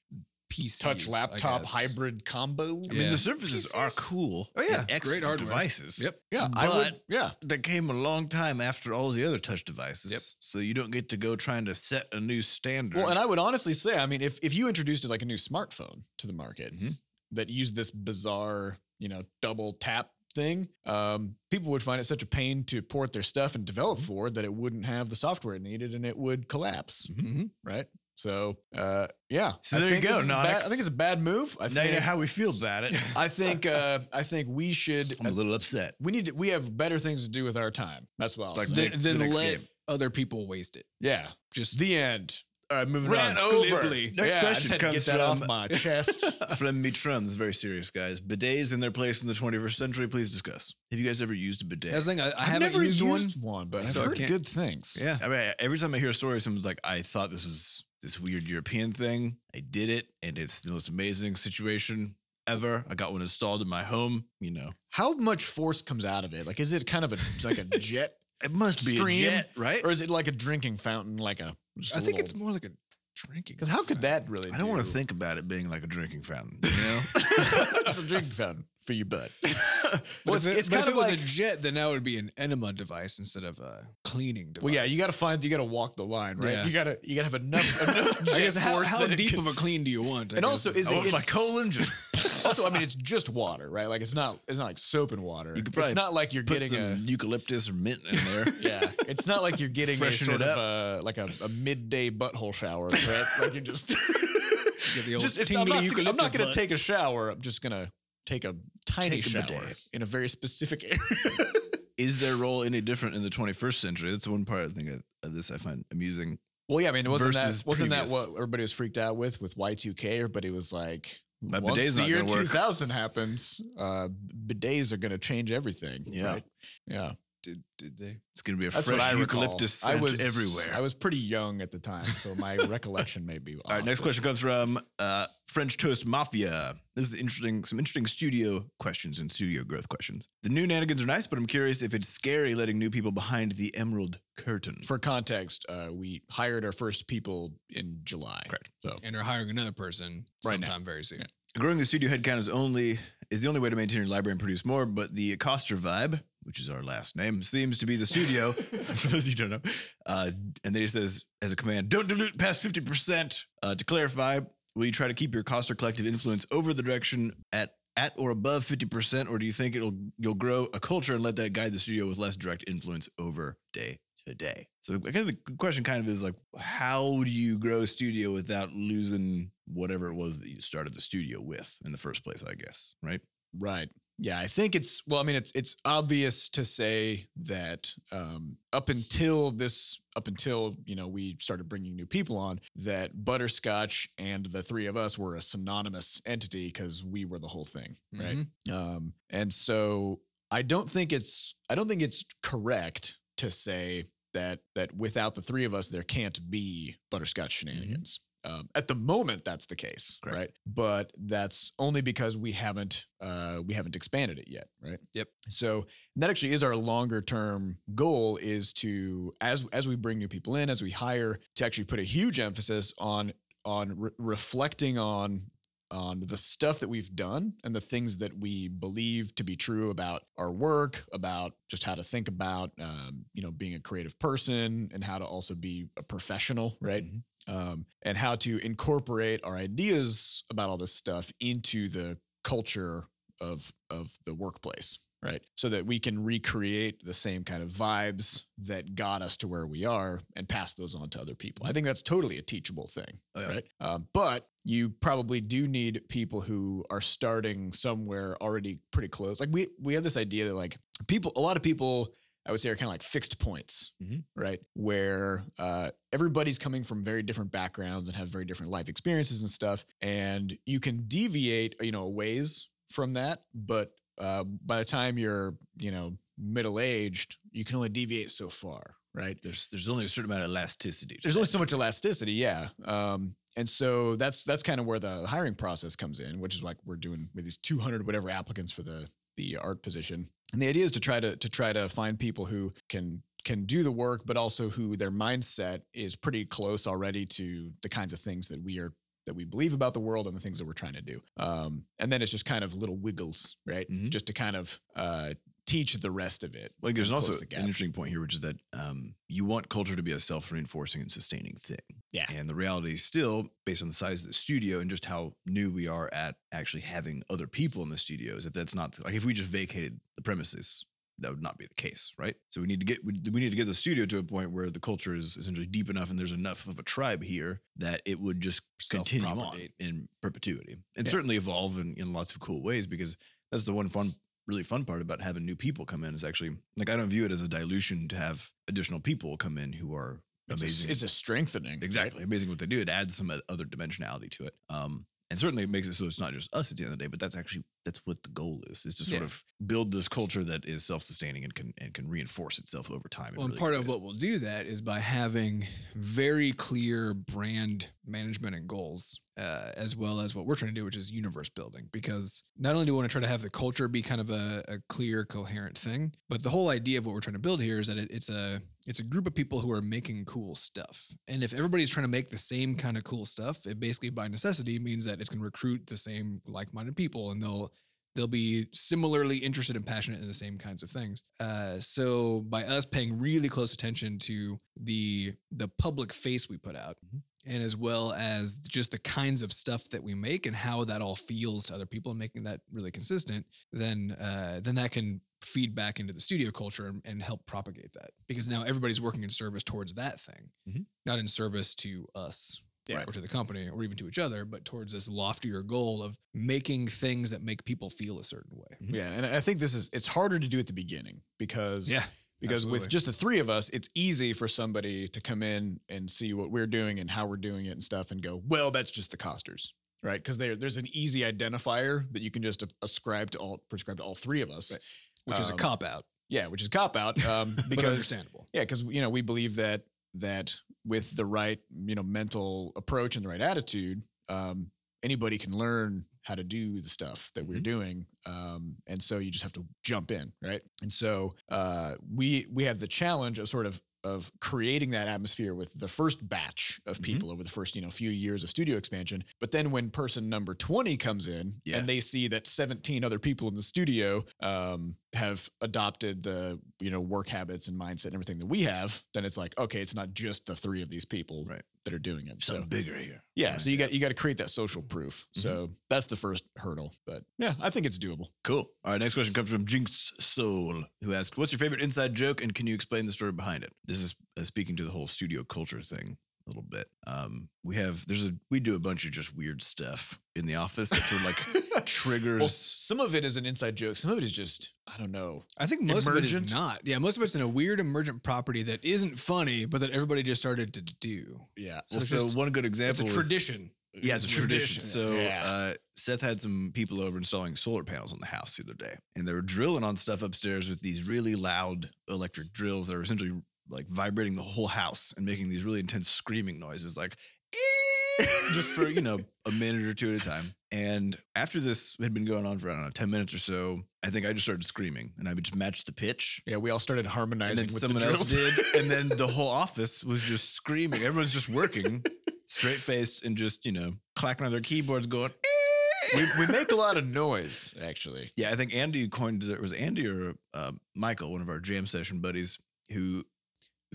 PCs. touch I laptop guess. hybrid combo. I mean, Yeah. the surfaces are PCs? cool. Oh, yeah. and excellent Great hardware. devices. Yep. Yeah, But- I would. Yeah, That came a long time after all the other touch devices. Yep. So you don't get to go trying to set a new standard. Well, and I would honestly say, I mean, if if you introduced like a new smartphone to the market Mhm. that used this bizarre, you know, double tap thing, um, people would find it such a pain to port their stuff and develop Mm-hmm. for that it wouldn't have the software it needed and it would collapse, Mhm. right? So, uh, yeah. So there you think go, this is a Nonix. bad- I think it's a bad move. I now you know think. how we feel about it. I think. Uh, I think we should. I'm a little upset. we need. To, we have better things to do with our time. That's what I'll Like say. Then, the- the then next let game. other people waste it. yeah. Just The end. All right, moving Ran on. over. glibly. Next yeah, I just question had to comes get that from off my chest. from Mitron. This is very serious, guys. Bidets and their place in the 21st century. Please discuss. Have you guys ever used a bidet? That's the thing. I, I I've haven't never used, one. one, but so I can't- good things. Yeah. I mean, every time I hear a story, someone's like, I thought this was this weird European thing. I did it, and it's the most amazing situation ever. I got one installed in my home. You know, How much force comes out of it? Like, is it kind of a like a jet, it must be a jet, right? or is it like a drinking fountain? Like a just a I think little- it's more like a drinking. Because how could that really? I don't want to do- think about it being like a drinking fountain. You know, it's a drinking fountain for your butt. But well, if it's, it, it's but kind if of it was like. a jet, then that would be an enema device instead of a cleaning device. well, yeah, you got to find you got to walk the line, right? Yeah. You gotta you gotta have enough enough I jet guess how, force how that it deep can- of a clean do you want? I And guess also, is I it- want my it's- coal engine. also, I mean, it's just water, right? Like it's not it's not like soap and water. You could probably it's not like you're Put getting some a eucalyptus or mint in there. Yeah, it's not like you're getting a Freshen sort it of uh like a, a midday butthole shower, Brett. like you're just, get the old just it's, I'm tingly not, I'm eucalyptus not going to butt. take a shower. I'm just going to take a tiny Take a shower bidet. in a very specific area. Is their role any different in the 21st century? That's one part I think I- of this I find amusing. well, yeah, I mean, wasn't Versus that wasn't previous. that what everybody was freaked out with with Y2K? Everybody was like. My Once bidet's the not year gonna work." 2000 happens, uh, bidets are going to change everything. Yeah. right? yeah. Did, did they? It's going to be a That's what fresh I recall. eucalyptus I scent was everywhere. I was pretty young at the time, so my recollection may be. All right, off, next but- question comes from uh, French Toast Mafia. This is interesting, some interesting studio questions and studio growth questions. The new nanigans are nice, but I'm curious if it's scary letting new people behind the emerald curtain. for context, uh, we hired our first people in July. Correct. So And are hiring another person Right now. sometime very soon. Growing the studio headcount is only is the only way to maintain your library and produce more, but the Coster vibe, which is our last name, seems to be the studio. for those of you who don't know, uh, and then he says as a command, "Don't dilute past fifty percent." Uh, to clarify, will you try to keep your Coster collective influence over the direction at at or above fifty percent, or do you think it'll you'll grow a culture and let that guide the studio with less direct influence over day to day? So I guess the question kind of is like, how do you grow a studio without losing whatever it was that you started the studio with in the first place? I guess right. right, yeah, I think it's well. I mean, it's it's obvious to say that um, up until this, up until you know we started bringing new people on, that Butterscotch and the three of us were a synonymous entity because we were the whole thing, right? Mhm. Um, and so I don't think it's I don't think it's correct to say that that without the three of us there can't be butterscotch shenanigans. Um, at the moment, that's the case, Correct. right? But that's only because we haven't uh, we haven't expanded it yet, right? Yep. So and that actually is our longer term goal is to as as we bring new people in, as we hire, to actually put a huge emphasis on on re- reflecting on on the stuff that we've done and the things that we believe to be true about our work, about just how to think about, um, you know, being a creative person and how to also be a professional, right? Um, and how to incorporate our ideas about all this stuff into the culture of of the workplace, right? So that we can recreate the same kind of vibes that got us to where we are and pass those on to other people. I think that's totally a teachable thing, Oh, yeah. right? Um, but you probably do need people who are starting somewhere already pretty close. Like we we have this idea that like people, a lot of people. I would say are kind of like fixed points, Mhm. right? Where uh, everybody's coming from very different backgrounds and have very different life experiences and stuff, and you can deviate, you know, a ways from that. But uh, by the time you're, you know, middle aged, you can only deviate so far, right? There's there's only a certain amount of elasticity. to There's only that. so much elasticity, yeah. Um, and so that's that's kind of where the hiring process comes in, which is like we're doing with these 200 whatever applicants for the the art position. And the idea is to try to to try to find people who can can do the work, but also who their mindset is pretty close already to the kinds of things that we are that we believe about the world and the things that we're trying to do. Um, and then it's just kind of little wiggles, right? Mhm. Just to kind of uh, teach the rest of it. Like there's and also close the an gap. interesting point here, which is that um, you want culture to be a self-reinforcing and sustaining thing. Yeah. And the reality is still, based on the size of the studio and just how new we are at actually having other people in the studio, is that that's not like if we just vacated the premises, that would not be the case, right? So we need to get we, we need to get the studio to a point where the culture is essentially deep enough and there's enough of a tribe here that it would just continue on Self-propagate. in perpetuity and Yeah. certainly evolve in, in lots of cool ways because that's the one fun really fun part about having new people come in is actually like I don't view it as a dilution to have additional people come in who are It's amazing. a, it's a strengthening. right? exactly amazing what they do. It adds some other dimensionality to it. Um, and certainly it makes it so it's not just us at the end of the day, but that's actually that's what the goal is: is to sort Yeah. of build this culture that is self-sustaining and can and can reinforce itself over time. in Well, and really part good of ways. what we'll do that is by having very clear brand management and goals, uh, as well as what we're trying to do, which is universe building. Because not only do we want to try to have the culture be kind of a, a clear, coherent thing, but the whole idea of what we're trying to build here is that it, it's a it's a group of people who are making cool stuff. And if everybody's trying to make the same kind of cool stuff, it basically by necessity means that it's going to recruit the same like-minded people, and they'll they'll be similarly interested and passionate in the same kinds of things. Uh, so by us paying really close attention to the the public face we put out, and as well as just the kinds of stuff that we make and how that all feels to other people, and making that really consistent, then uh, then that can feed back into the studio culture and, and help propagate that because now everybody's working in service towards that thing, Mhm. not in service to us Yeah. or to the company or even to each other, but towards this loftier goal of making things that make people feel a certain way. Yeah, and I think this is it's harder to do at the beginning because because absolutely. with just the three of us, it's easy for somebody to come in and see what we're doing and how we're doing it and stuff and go, well, that's just the costers, right? Because there there's an easy identifier that you can just ascribe to all prescribe to all three of us. Right. which is a Um, cop out, Yeah, which is cop out um, but because understandable. yeah, because you know we believe that that with the right you know mental approach and the right attitude, um, anybody can learn how to do the stuff that we're Mhm. doing. Um, and so you just have to jump in, right? And so uh, we we have the challenge of sort of of creating that atmosphere with the first batch of Mhm. people over the first you know few years of studio expansion. But then when person number twenty comes in Yeah. and they see that seventeen other people in the studio um, have adopted the you know work habits and mindset and everything that we have, then it's like okay, it's not just the three of these people Right. that are doing it. something so bigger here. yeah, Right. so you got you got to create that social proof. So that's the first hurdle. But yeah, I think it's doable. Cool. All right, next question comes from Jinx Soul, who asks, "What's your favorite inside joke, and can you explain the story behind it?" This is uh, speaking to the whole studio culture thing a little bit. Um, we have there's a we do a bunch of just weird stuff in the office that sort of like triggers. Well, some of it is an inside joke. Some of it is just I don't know. I think most of it Emergent? is not. Yeah, most of it's in a weird emergent property that isn't funny, but that everybody just started to do. Yeah, Well, it's so just- one good It's example a is- tradition. Yeah, it's a tradition. So Yeah. uh, Seth had some people over installing solar panels on the house the other day, and they were drilling on stuff upstairs with these really loud electric drills that are essentially like vibrating the whole house and making these really intense screaming noises, like uh, just for you know a minute or two at a time. And after this had been going on for I don't know ten minutes or so, I think I just started screaming, and I would just match the pitch. yeah. We all started harmonizing And then with someone the else drills. did, and then the whole office was just screaming. Everyone's just working straight faced and just you know clacking on their keyboards, going. "Eh." we, we make a lot of noise actually. Yeah, I think Andy coined it. Was Andy or uh, Michael, one of our jam session buddies, who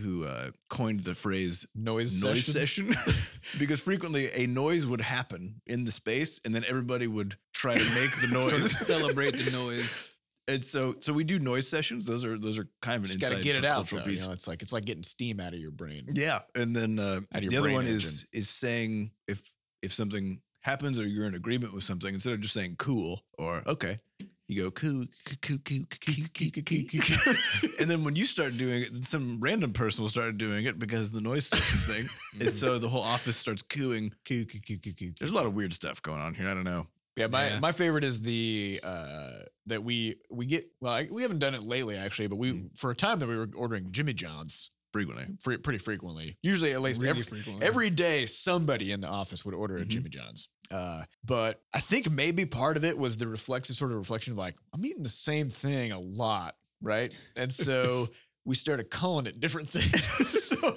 who uh, coined the phrase Noise, noise session. session? because frequently a noise would happen in the space, and then everybody would try to make the Sort of noise. celebrate the noise. and so, so we do noise sessions. Those are those are kind of an Just got to inside get sort it of out. cultural Though, you piece. know, it's like it's like getting steam out of your brain. Yeah, and then uh, Out of your the other brain one is is saying if if something happens or you're in agreement with something, instead of just saying cool or okay, you go coo coo coo coo coo coo coo coo coo, coo. and then when you start doing it, then some random person will start doing it because of the noise session thing, and so the whole office starts cooing. Coo coo coo coo coo. There's a lot of weird stuff going on here. I don't know. Yeah, my, Yeah. my favorite is the uh, that we we get well I, we haven't done it lately actually, but we for a time that we were ordering Jimmy John's Frequently, fre- pretty frequently, usually at least really every, frequently. every day somebody in the office would order a Mhm. Jimmy John's. Uh, but I think maybe part of it was the reflexive sort of reflection of like I'm eating the same thing a lot, right? And so we started calling it different things. so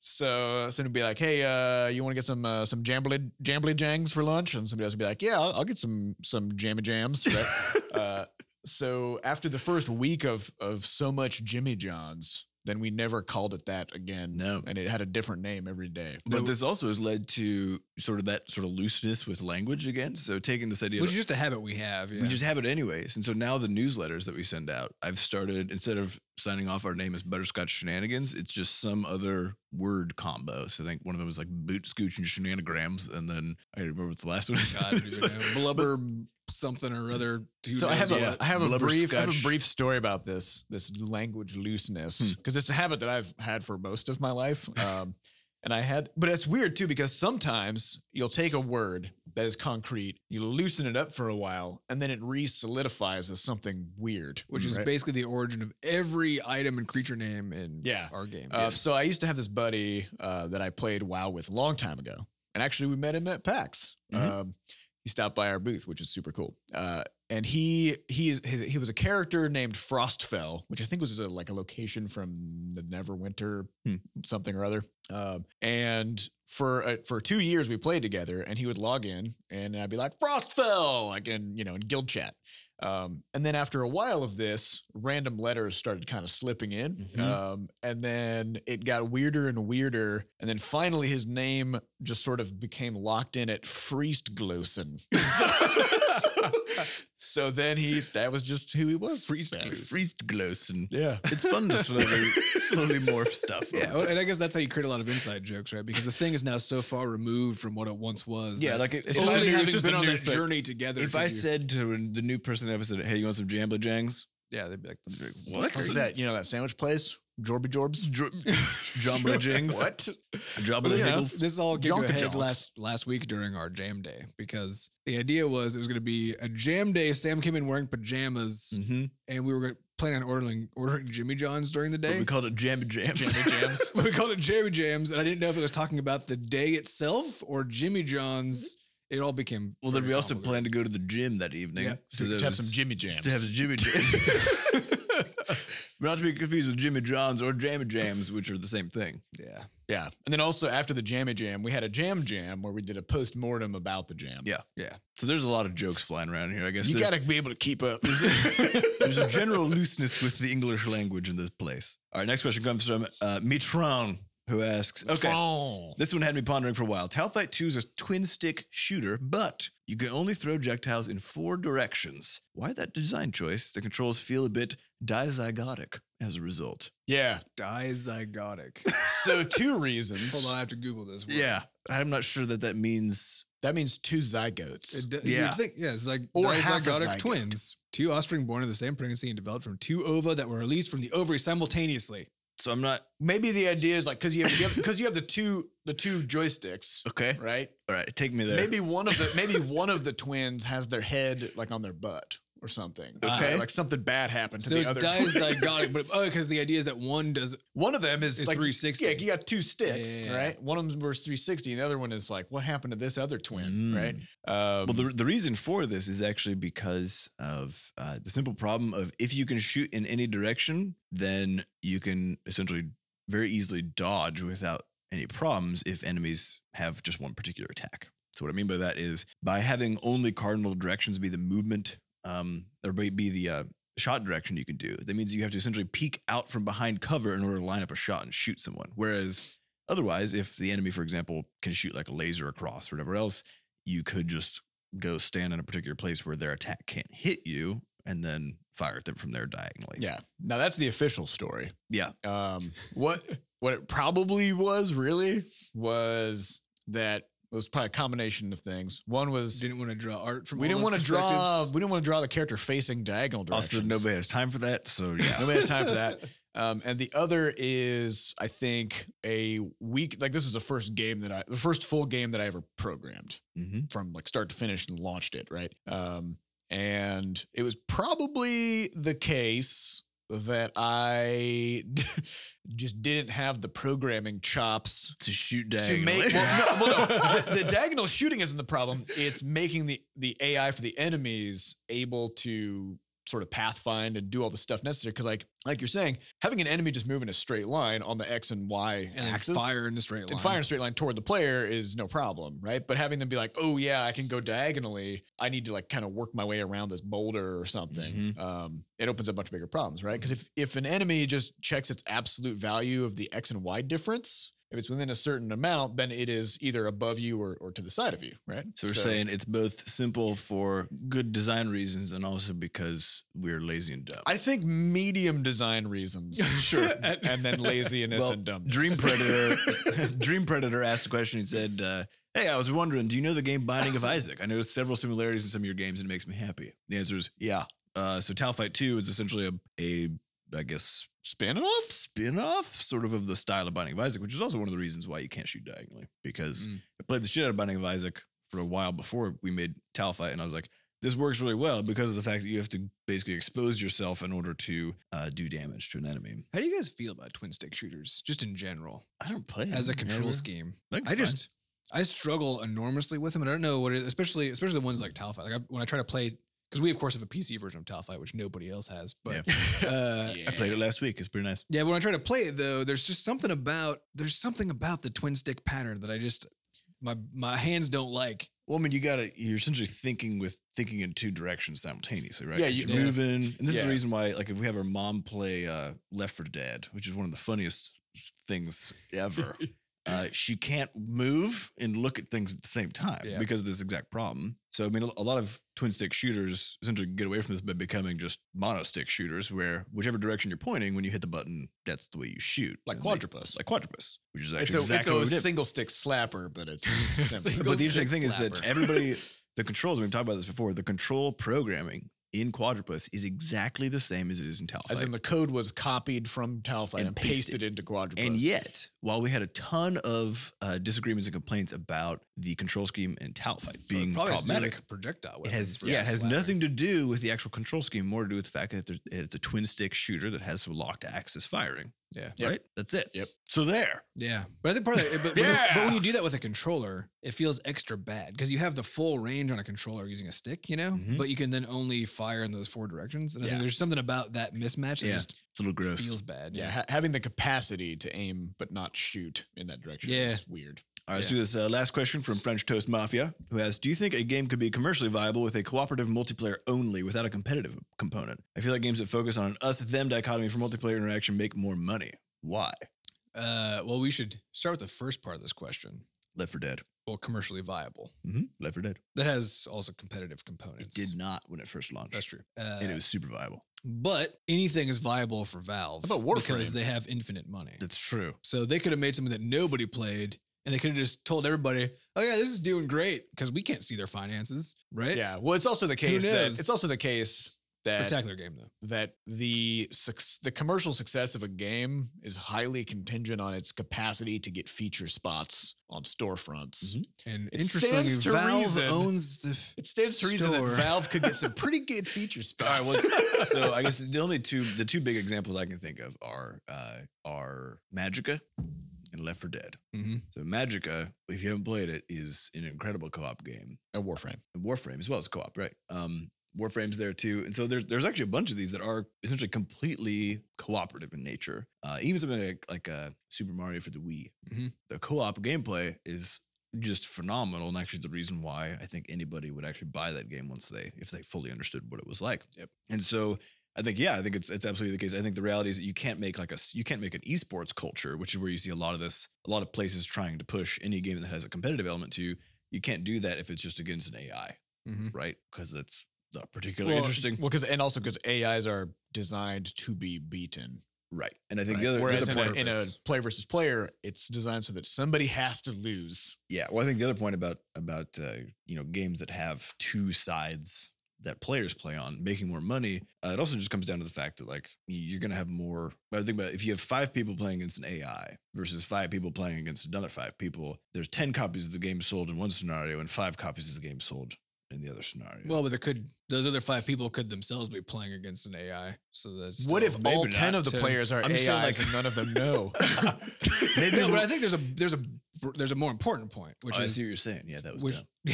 So someone would be like, "Hey, uh, you want to get some uh, some jambly jambly jangs for lunch?" And somebody else would be like, "Yeah, I'll, I'll get some some jammy jams." Right? uh, so after the first week of of so much Jimmy John's, then we never called it that again. No. and it had a different name every day. But But this also has led to sort of that sort of looseness with language again. So taking this idea, Which of, is just a habit we have. Yeah. we just have it anyways, and so now the newsletters that we send out, I've started instead of signing off, our name is Butterscotch Shenanigans. It's just some other word combo. So I think one of them is like boot scooch and shenanigrams, and then I remember what's the last one. God, I don't even It's like- know. blubber something or other. Who so I knows have a what. I have a Blubber brief I have a scotch. Hmm. brief story about this this language looseness because it's a habit that I've had for most of my life. Um, and I had, but it's weird too because sometimes you'll take a word that is concrete, you loosen it up for a while, and then it re-solidifies as something weird, which is right? basically the origin of every item and creature name in Yeah. our game. Uh, so I used to have this buddy uh, that I played WoW with a long time ago, and actually we met him at PAX. Mhm. Um, he stopped by our booth, which is super cool. Uh, and he he is his, he was a character named Frostfell, which I think was a, like a location from the Neverwinter Hmm. something or other. Um, and for uh, for two years we played together, and he would log in, and I'd be like Frostfell, like in you know in guild chat. Um, and then after a while of this, random letters started kind of slipping in. Mhm. Um, and then it got weirder and weirder. And then finally, his name just sort of became locked in at Freestglosen. so, so then he, that was just who he was. Freestglosen. Freestglosen. Yeah. It's fun to slowly, slowly morph stuff. yeah, well, and I guess that's how you create a lot of inside jokes, right? Because the thing is now so far removed from what it once was. Yeah, that like if, if only I- having it's just been a on new that thing. journey together. If could I you- said to the new person that I said, "Hey, you want some Jamba Jangs?" yeah, they'd be like, They'd be like, What is that? You know, that sandwich place? Jorby Jorbs? Jamba Jings? What? Jamba Well, the this, Jiggles? this all came to a Jonka head Jonks. last last week during our jam day because the idea was it was going to be a jam day. Sam came in wearing pajamas, Mm-hmm. and we were gonna- planning on ordering ordering Jimmy John's during the But day. we called it Jamba Jams. Jamba Jams. But we called it Jimmy Jams, and I didn't know if it was talking about the day itself or Jimmy John's. It all became Hmm? well, then very we also complicated. planned to go to the gym that evening. Yeah. So to there have was- some Jimmy Jams. To have some Jimmy Jams. Not to be confused with Jimmy John's or Jamba Jams, which are the same thing. Yeah, yeah. And then also after the Jammy Jam, we had a Jam Jam where we did a post mortem about the jam. Yeah. yeah. So there's a lot of jokes flying around here. I guess You there's- got to be able to keep up. There's a general looseness with the English language in this place. All right, next question comes from uh, Mitron, who asks, okay, this one had me pondering for a while. Talfight 2 is a twin stick shooter, but you can only throw projectiles in four directions. Why that design choice? The controls feel a bit dizygotic as a result. Yeah. dizygotic. So two reasons. Hold on, I have to Google this. word. Yeah, I'm not sure that that means That means two zygotes. It d- Yeah. You'd think, yeah, it's like Or or half a dizygotic zygote. twins, two offspring born of the same pregnancy and developed from two ova that were released from the ovary simultaneously. so. I'm not Maybe the idea is like because you have because you have the two the two joysticks, okay. right? All right, take me there. Maybe one of the maybe one of the twins has their head like on their butt or something. Okay. like something bad happened to So the it's other. twin. dizygotic, but oh, because the idea is that one does one of them is is like 360. yeah, you got two sticks, Yeah. right? One of them was three sixty, and the other one is like what happened to this other twin, Mm. right? Um, Well, the, the reason for this is actually because of uh, the simple problem of if you can shoot in any direction, then you can essentially very easily dodge without any problems if enemies have just one particular attack. So, what I mean by that is by having only cardinal directions be the movement um, or be be the uh, shot direction you can do, that means you have to essentially peek out from behind cover in order to line up a shot and shoot someone. Whereas otherwise, if the enemy, for example, can shoot like a laser across or whatever else, you could just go stand in a particular place where their attack can't hit you and then fire at them from there diagonally. yeah. Now that's the official story. Yeah. um, what what it probably was really was that it was probably a combination of things. One was didn't want to draw art from. we all didn't those want to draw perspectives. we didn't want to draw the character facing diagonal Also, directions. nobody has time for that. So, yeah. nobody has time for that. Um, and the other is, I think, a week like this was the first game that I, the first full game that I ever programmed hmm from like start to finish and launched it right. Um, and it was probably the case that I just didn't have the programming chops To shoot to diagonally. make well, no, well, no. The, the diagonal shooting isn't the problem. It's making the the AI for the enemies able to sort of pathfind and do all the stuff necessary. Because like like you're saying, having an enemy just move in a straight line on the x and y and axis, fire in a straight line. and fire in a straight line toward the player is no problem, right? But having them be like, oh yeah, I can go diagonally. I need to like kind of work my way around this boulder or something. Mm-hmm. Um, it opens up much bigger problems, right? Because if if an enemy just checks its absolute value of the x and y difference, if it's within a certain amount, then it is either above you or, or to the side of you, right? So we're saying it's both simple for good design reasons and also because we're lazy and dumb. I think medium design reasons, sure, and then laziness Well, and dumbness. Dream Predator, Dream Predator asked a question. He said, uh, "Hey, I was wondering, do you know the game Binding of Isaac? I noticed several similarities in some of your games, and it makes me happy." The answer is yeah. Uh, so Tau Fight Two is essentially a, a I guess, spin-off. spin-off sort of of the style of Binding of Isaac, which is also one of the reasons why you can't shoot diagonally because Mm. I played the shit out of Binding of Isaac for a while before we made Tau Fight, and I was like. This works really well because of the fact that you have to basically expose yourself in order to uh, do damage to an enemy. How do you guys feel about twin stick shooters, just in general, I don't Hmm, play as a them, control really. scheme? That'd be I fun. just I struggle enormously with them, and I don't know what it, especially especially the ones like Talfight. Like I, when I try to play, because we of course have a PC version of Talfight, which nobody else has. But uh, I played it last week. It's pretty nice. yeah, when I try to play it though, there's just something about there's something about the twin stick pattern that I just my my hands don't like. Well, I mean, you gotta you're essentially thinking with thinking in two directions simultaneously, right? Yeah, 'Cause you- you're yeah. moving, and this is Yeah. the reason why, like, if we have our mom play uh, Left for Dead, which is one of the funniest things ever, uh, she can't move and look at things at the same time Yeah. because of this exact problem. So, I mean, a, a lot of twin stick shooters essentially get away from this by becoming just mono stick shooters, where whichever direction you're pointing, when you hit the button, that's the way you shoot, Like And they- quadrupus. like quadrupus, which is actually It's a, exactly what we it's a did. single stick slapper, but it's But simple. the stick interesting thing is that slapper. everybody, the controls, we've talked about this before, the control programming in Quadrupus is exactly the same as it is in Talfight. As in the code was copied from Tau Fight and, And pasted pasted. into Quadrupus. and yet, while we had a ton of uh, disagreements and complaints about the control scheme in Talfight being Probably has to do problematic, with projectile. Mm, it Weapons has versus yeah, it has slapper. nothing to do with the actual control scheme, more to do with the fact that there- it's a twin stick shooter that has some locked axis firing. Yeah. Yep. Right? That's it. Yep. So there. Yeah, but I think part of that, but, when- Yeah. but when you do that with a controller, it feels extra bad because you have the full range on a controller using a stick, you know, Mhm. but you can then only fire in those four directions. And I Yeah. think there's something about that mismatch that Yeah. just It's a little gross. feels bad. yeah, ha- having the capacity to aim but not shoot in that direction Yeah. is weird. All right, let's do this uh, last question from French Toast Mafia, who asks Do you think a game could be commercially viable with a cooperative multiplayer only without a competitive component? I feel like games that focus on an us them dichotomy for multiplayer interaction make more money. Why? Uh, well, we should start with the first part of this question. Left for Dead. Well, commercially viable. Mm-hmm. Left for Dead. That has also competitive It components. did not when it first launched. That's true. Uh, And it was super viable. but anything is viable for Valve How about Warframe? because they have infinite money. That's true. So they could have made something that nobody played, and they could have just told everybody, "Oh yeah, this is doing great," because we can't see their finances, right? yeah, well, it's also the case that knows? it's also the case that Spectacular game though. that the suc the commercial success of a game is highly contingent on its capacity to get feature spots on storefronts. Mhm. And It interestingly, stands to Valve reason. owns the. It stands to reason Store. that Valve could get some pretty good feature All right. spots. Well, it's- so I guess the only two the two big examples I can think of are uh, are Magica and Left for Dead. Mm-hmm. Mhm. So Magica, if you haven't played it, is an incredible co-op game. a Warframe. and Warframe as well as co-op, right? Um, Warframe's there too, and so there's there's actually a bunch of these that are essentially completely cooperative in nature. Uh, even something like like uh, Super Mario for the Wii, Mhm. the co-op gameplay is just phenomenal, and actually the reason why I think anybody would actually buy that game once they if they fully understood what it was like. Yep. And so I think yeah, I think it's it's absolutely the case. I think the reality is that you can't make like a s- you can't make an esports culture, which is where you see a lot of this, a lot of places trying to push any game that has a competitive element to. You can't do that if it's just against an AI, Mm-hmm. Mhm. right? Because that's not particularly Well, interesting, Well, because and also because AIs are designed to be beaten. right? And I think right? the other, the Whereas other in, point, a, in a play versus player, it's designed so that somebody has to lose. yeah. Well, I think the other point about about uh, you know games that have two sides that players play on making more money, uh, it also just comes down to the fact that like y- you're gonna have more. I think about it, if you have five people playing against an AI versus five people playing against another five people, there's ten copies of the game sold in one scenario and five copies of the game sold in the other scenario. Well, but there could those other five people could themselves be playing against an AI. So that's what still- if maybe all not. ten of the So- players are I'm AIs just saying, like- and none of them know? maybe No, but we'll- I think there's a there's a there's a more important point, which Oh, I see is what you're saying. Yeah, that was which dumb.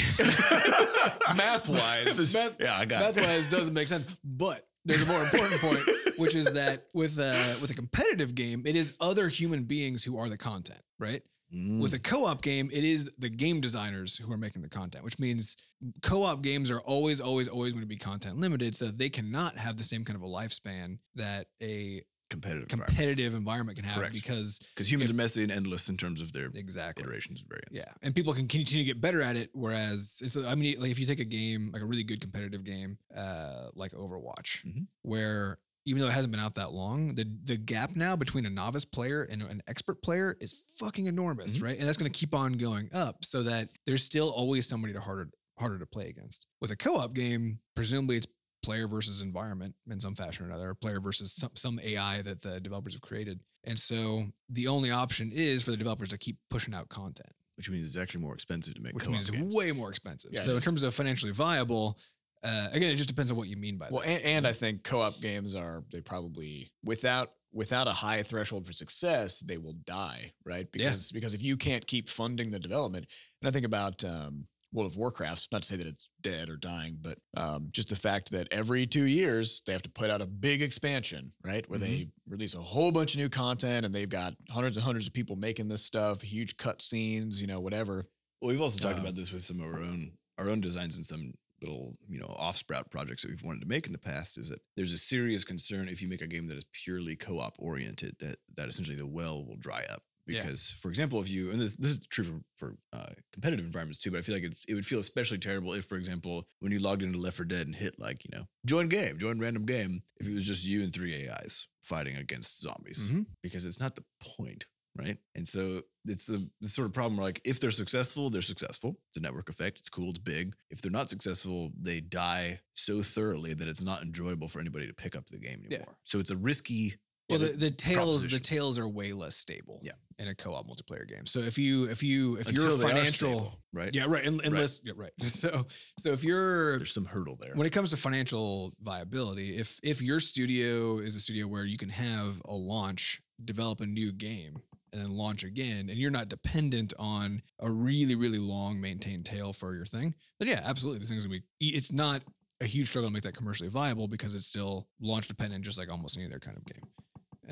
math Math-wise. math, Yeah, I got it. math wise doesn't make sense, but there's a more important point, which is that with a with a competitive game, it is other human beings who are the content, right? Hmm. With a co-op game, it is the game designers who are making the content, which means co-op games are always, always, always going to be content limited, so they cannot have the same kind of a lifespan that a competitive because competitive environment can have Correct. because humans are messy and endless in terms of their exactly iterations and variants. yeah, and people can continue to get better at it. Whereas, so I mean, like if you take a game, like a really good competitive game, uh, like Overwatch, Mhm. where even though it hasn't been out that long, the the gap now between a novice player and an expert player is fucking enormous, Mhm. right? And that's going to keep on going up, so that there's still always somebody to harder harder to play against. With a co-op game, presumably it's player versus environment in some fashion or another, or player versus some, some AI that the developers have created. And so the only option is for the developers to keep pushing out content Which means it's actually more expensive to make which co-op means it's games. way more expensive. Yeah, so in it's- terms of financially viable, uh, again, it just depends on what you mean by Well, that. and, and I think co-op games are they probably without without a high threshold for success, they will die, right? Because because if you can't keep funding the development, and I think about um, World of Warcraft, not to say that it's dead or dying, but um, just the fact that every two years they have to put out a big expansion, right? Where they Mm-hmm. release a whole bunch of new content, and they've got hundreds and hundreds of people making this stuff, huge cutscenes, you know, whatever. Well, we've also talked Um, about this with some of our own our own designs and some little you know off sprout projects that we've wanted to make in the past. Is that there's a serious concern if you make a game that is purely co-op oriented that that essentially the well will dry up. Yeah. Because, for example, if you and this this is true for, for uh, competitive environments too, but I feel like it, it would feel especially terrible if, for example, when you logged into Left 4 Dead and hit like you know join game, join random game, if it was just you and three AIs fighting against zombies Mhm. because it's not the point, right? And so it's the, the sort of problem where, like, if they're successful, they're successful. It's a network effect. It's cool. It's big. If they're not successful, they die so thoroughly that it's not enjoyable for anybody to pick up the game anymore. Yeah. So it's a risky. Well, yeah, the, the tails the proposition. tails are way less stable. Yeah. in a co-op multiplayer game. So if you if you if until you're they are financial, stable, right? yeah, right, un- unless yeah, right. So so if you're there's some hurdle there. When it comes to financial viability, if if your studio is a studio where you can have a launch, develop a new game, and then launch again, and you're not dependent on a really really long maintained tail for your thing, then yeah, absolutely, this thing's gonna be. e, It's not a huge struggle to make that commercially viable because it's still launch dependent, just like almost any other kind of game.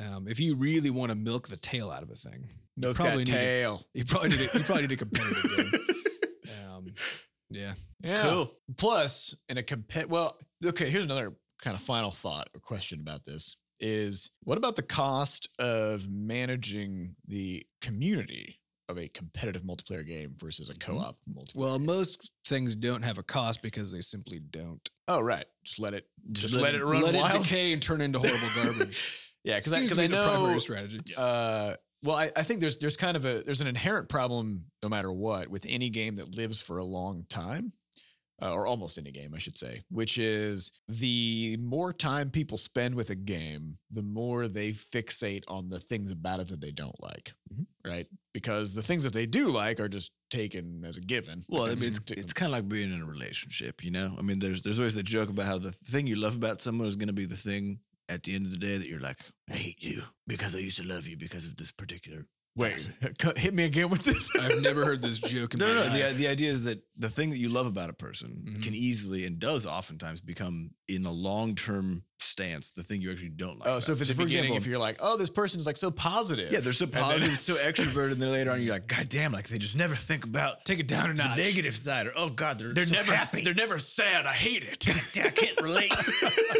Um, if you really want to milk the tail out of a thing, No probably that need to- tail. you probably need a, you probably need a competitive game. Um, yeah, Yeah. Plus, in a compet, well, okay. Here's another kind of final thought or question about this: is what about the cost of managing the community of a competitive multiplayer game versus a co-op multiplayer? Well, most things don't have a cost because they simply don't. oh, right. Just let it, just, let, it run let wild. it decay and turn into horrible garbage. yeah, because Seems to because I be the primary know strategy. uh, well, I, I think there's there's kind of a there's an inherent problem no matter what with any game that lives for a long time, uh, or almost any game, I should say, which is the more time people spend with a game, the more they fixate on the things about it that they don't like, Mm-hmm. right? Because the things that they do like are just taken as a given. Well, I Like, mean, it's, taken- it's kind of like being in a relationship, you know. I mean, there's there's always the joke about how the thing you love about someone is going to be the thing at the end of the day that you're like, I hate you because I used to love you because of this particular. wait, cut- hit me again with this. I've never heard this joke. In No, my no, no. life. The, the idea is that the thing that you love about a person Mhm. can easily and does oftentimes become in a long term stance the thing you actually don't like. Oh, about so if them. at the for beginning, example, if you're like, oh, this person's like so positive, yeah, they're so and then- positive, so extroverted, and then later on you're like, God damn, like they just never think about Take it down a the notch. negative side, or oh God, they're They're so never happy. they're never sad. I hate it. I can't relate.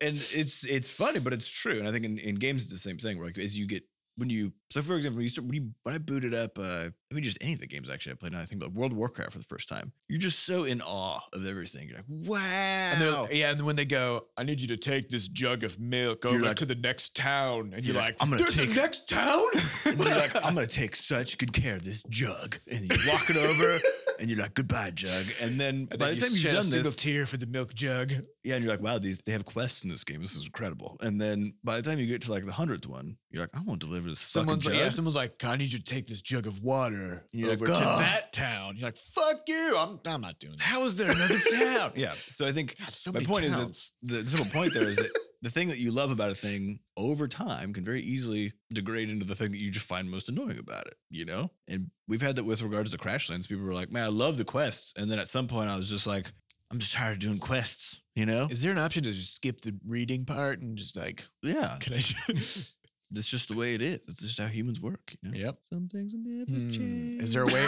and it's it's funny, but it's true. And I think in, in games it's the same thing. Where like as you get when you so for example, when you start when, you, when I booted up uh I mean just any of the games actually I played now, I think about World of Warcraft for the first time. You're just so in awe of everything. You're like, wow. And they're, yeah, and when they go, I need you to take this jug of milk You're over like- to the next town, and you're You're like, like, "I'm gonna there's take- a next town. and you're like, I'm gonna take such good care of this jug. And then you walk it over and you're like, goodbye, jug. And then by the time you've done this, tear for the milk jug. yeah, and you're like, wow, these they have quests in this game. This is incredible. And then by the time you get to like the hundredth one, you're like, I want to deliver this. Someone's fucking like, yeah, jug." someone's like, I need you to take this jug of water You're like, over to "Ugh." that town. You're like, fuck you. I'm I'm not doing that. How is there another town? Yeah. So I think God, so my many point towns. is that the simple point there is that the thing that you love about a thing over time can very easily degrade into the thing that you just find most annoying about it, you know? And we've had that with regards to Crashlands. People were like, man, I love the quests. And then at some point I was just like, I'm just tired of doing quests, you know? Is there an option to just skip the reading part and just like, yeah. can I? just- That's just the way it is. It's just how humans work. You know? yep. Some things will never Hmm. change. Is there a way?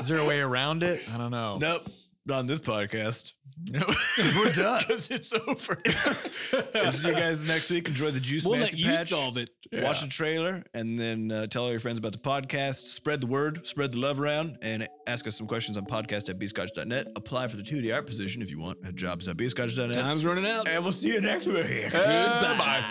is there a way around it? I don't know. Nope. Not on this podcast. No. We're done. because it's over. This is you guys next week. Enjoy the juice. We'll let Manson you patch. solve it. Watch the trailer and then uh, tell all your friends about the podcast. Spread the word, spread the love around, and ask us some questions on podcast at bscotch.net. Apply for the 2D art position if you want at jobs.bscotch.net. Time's running out. And we'll see you next week. Goodbye.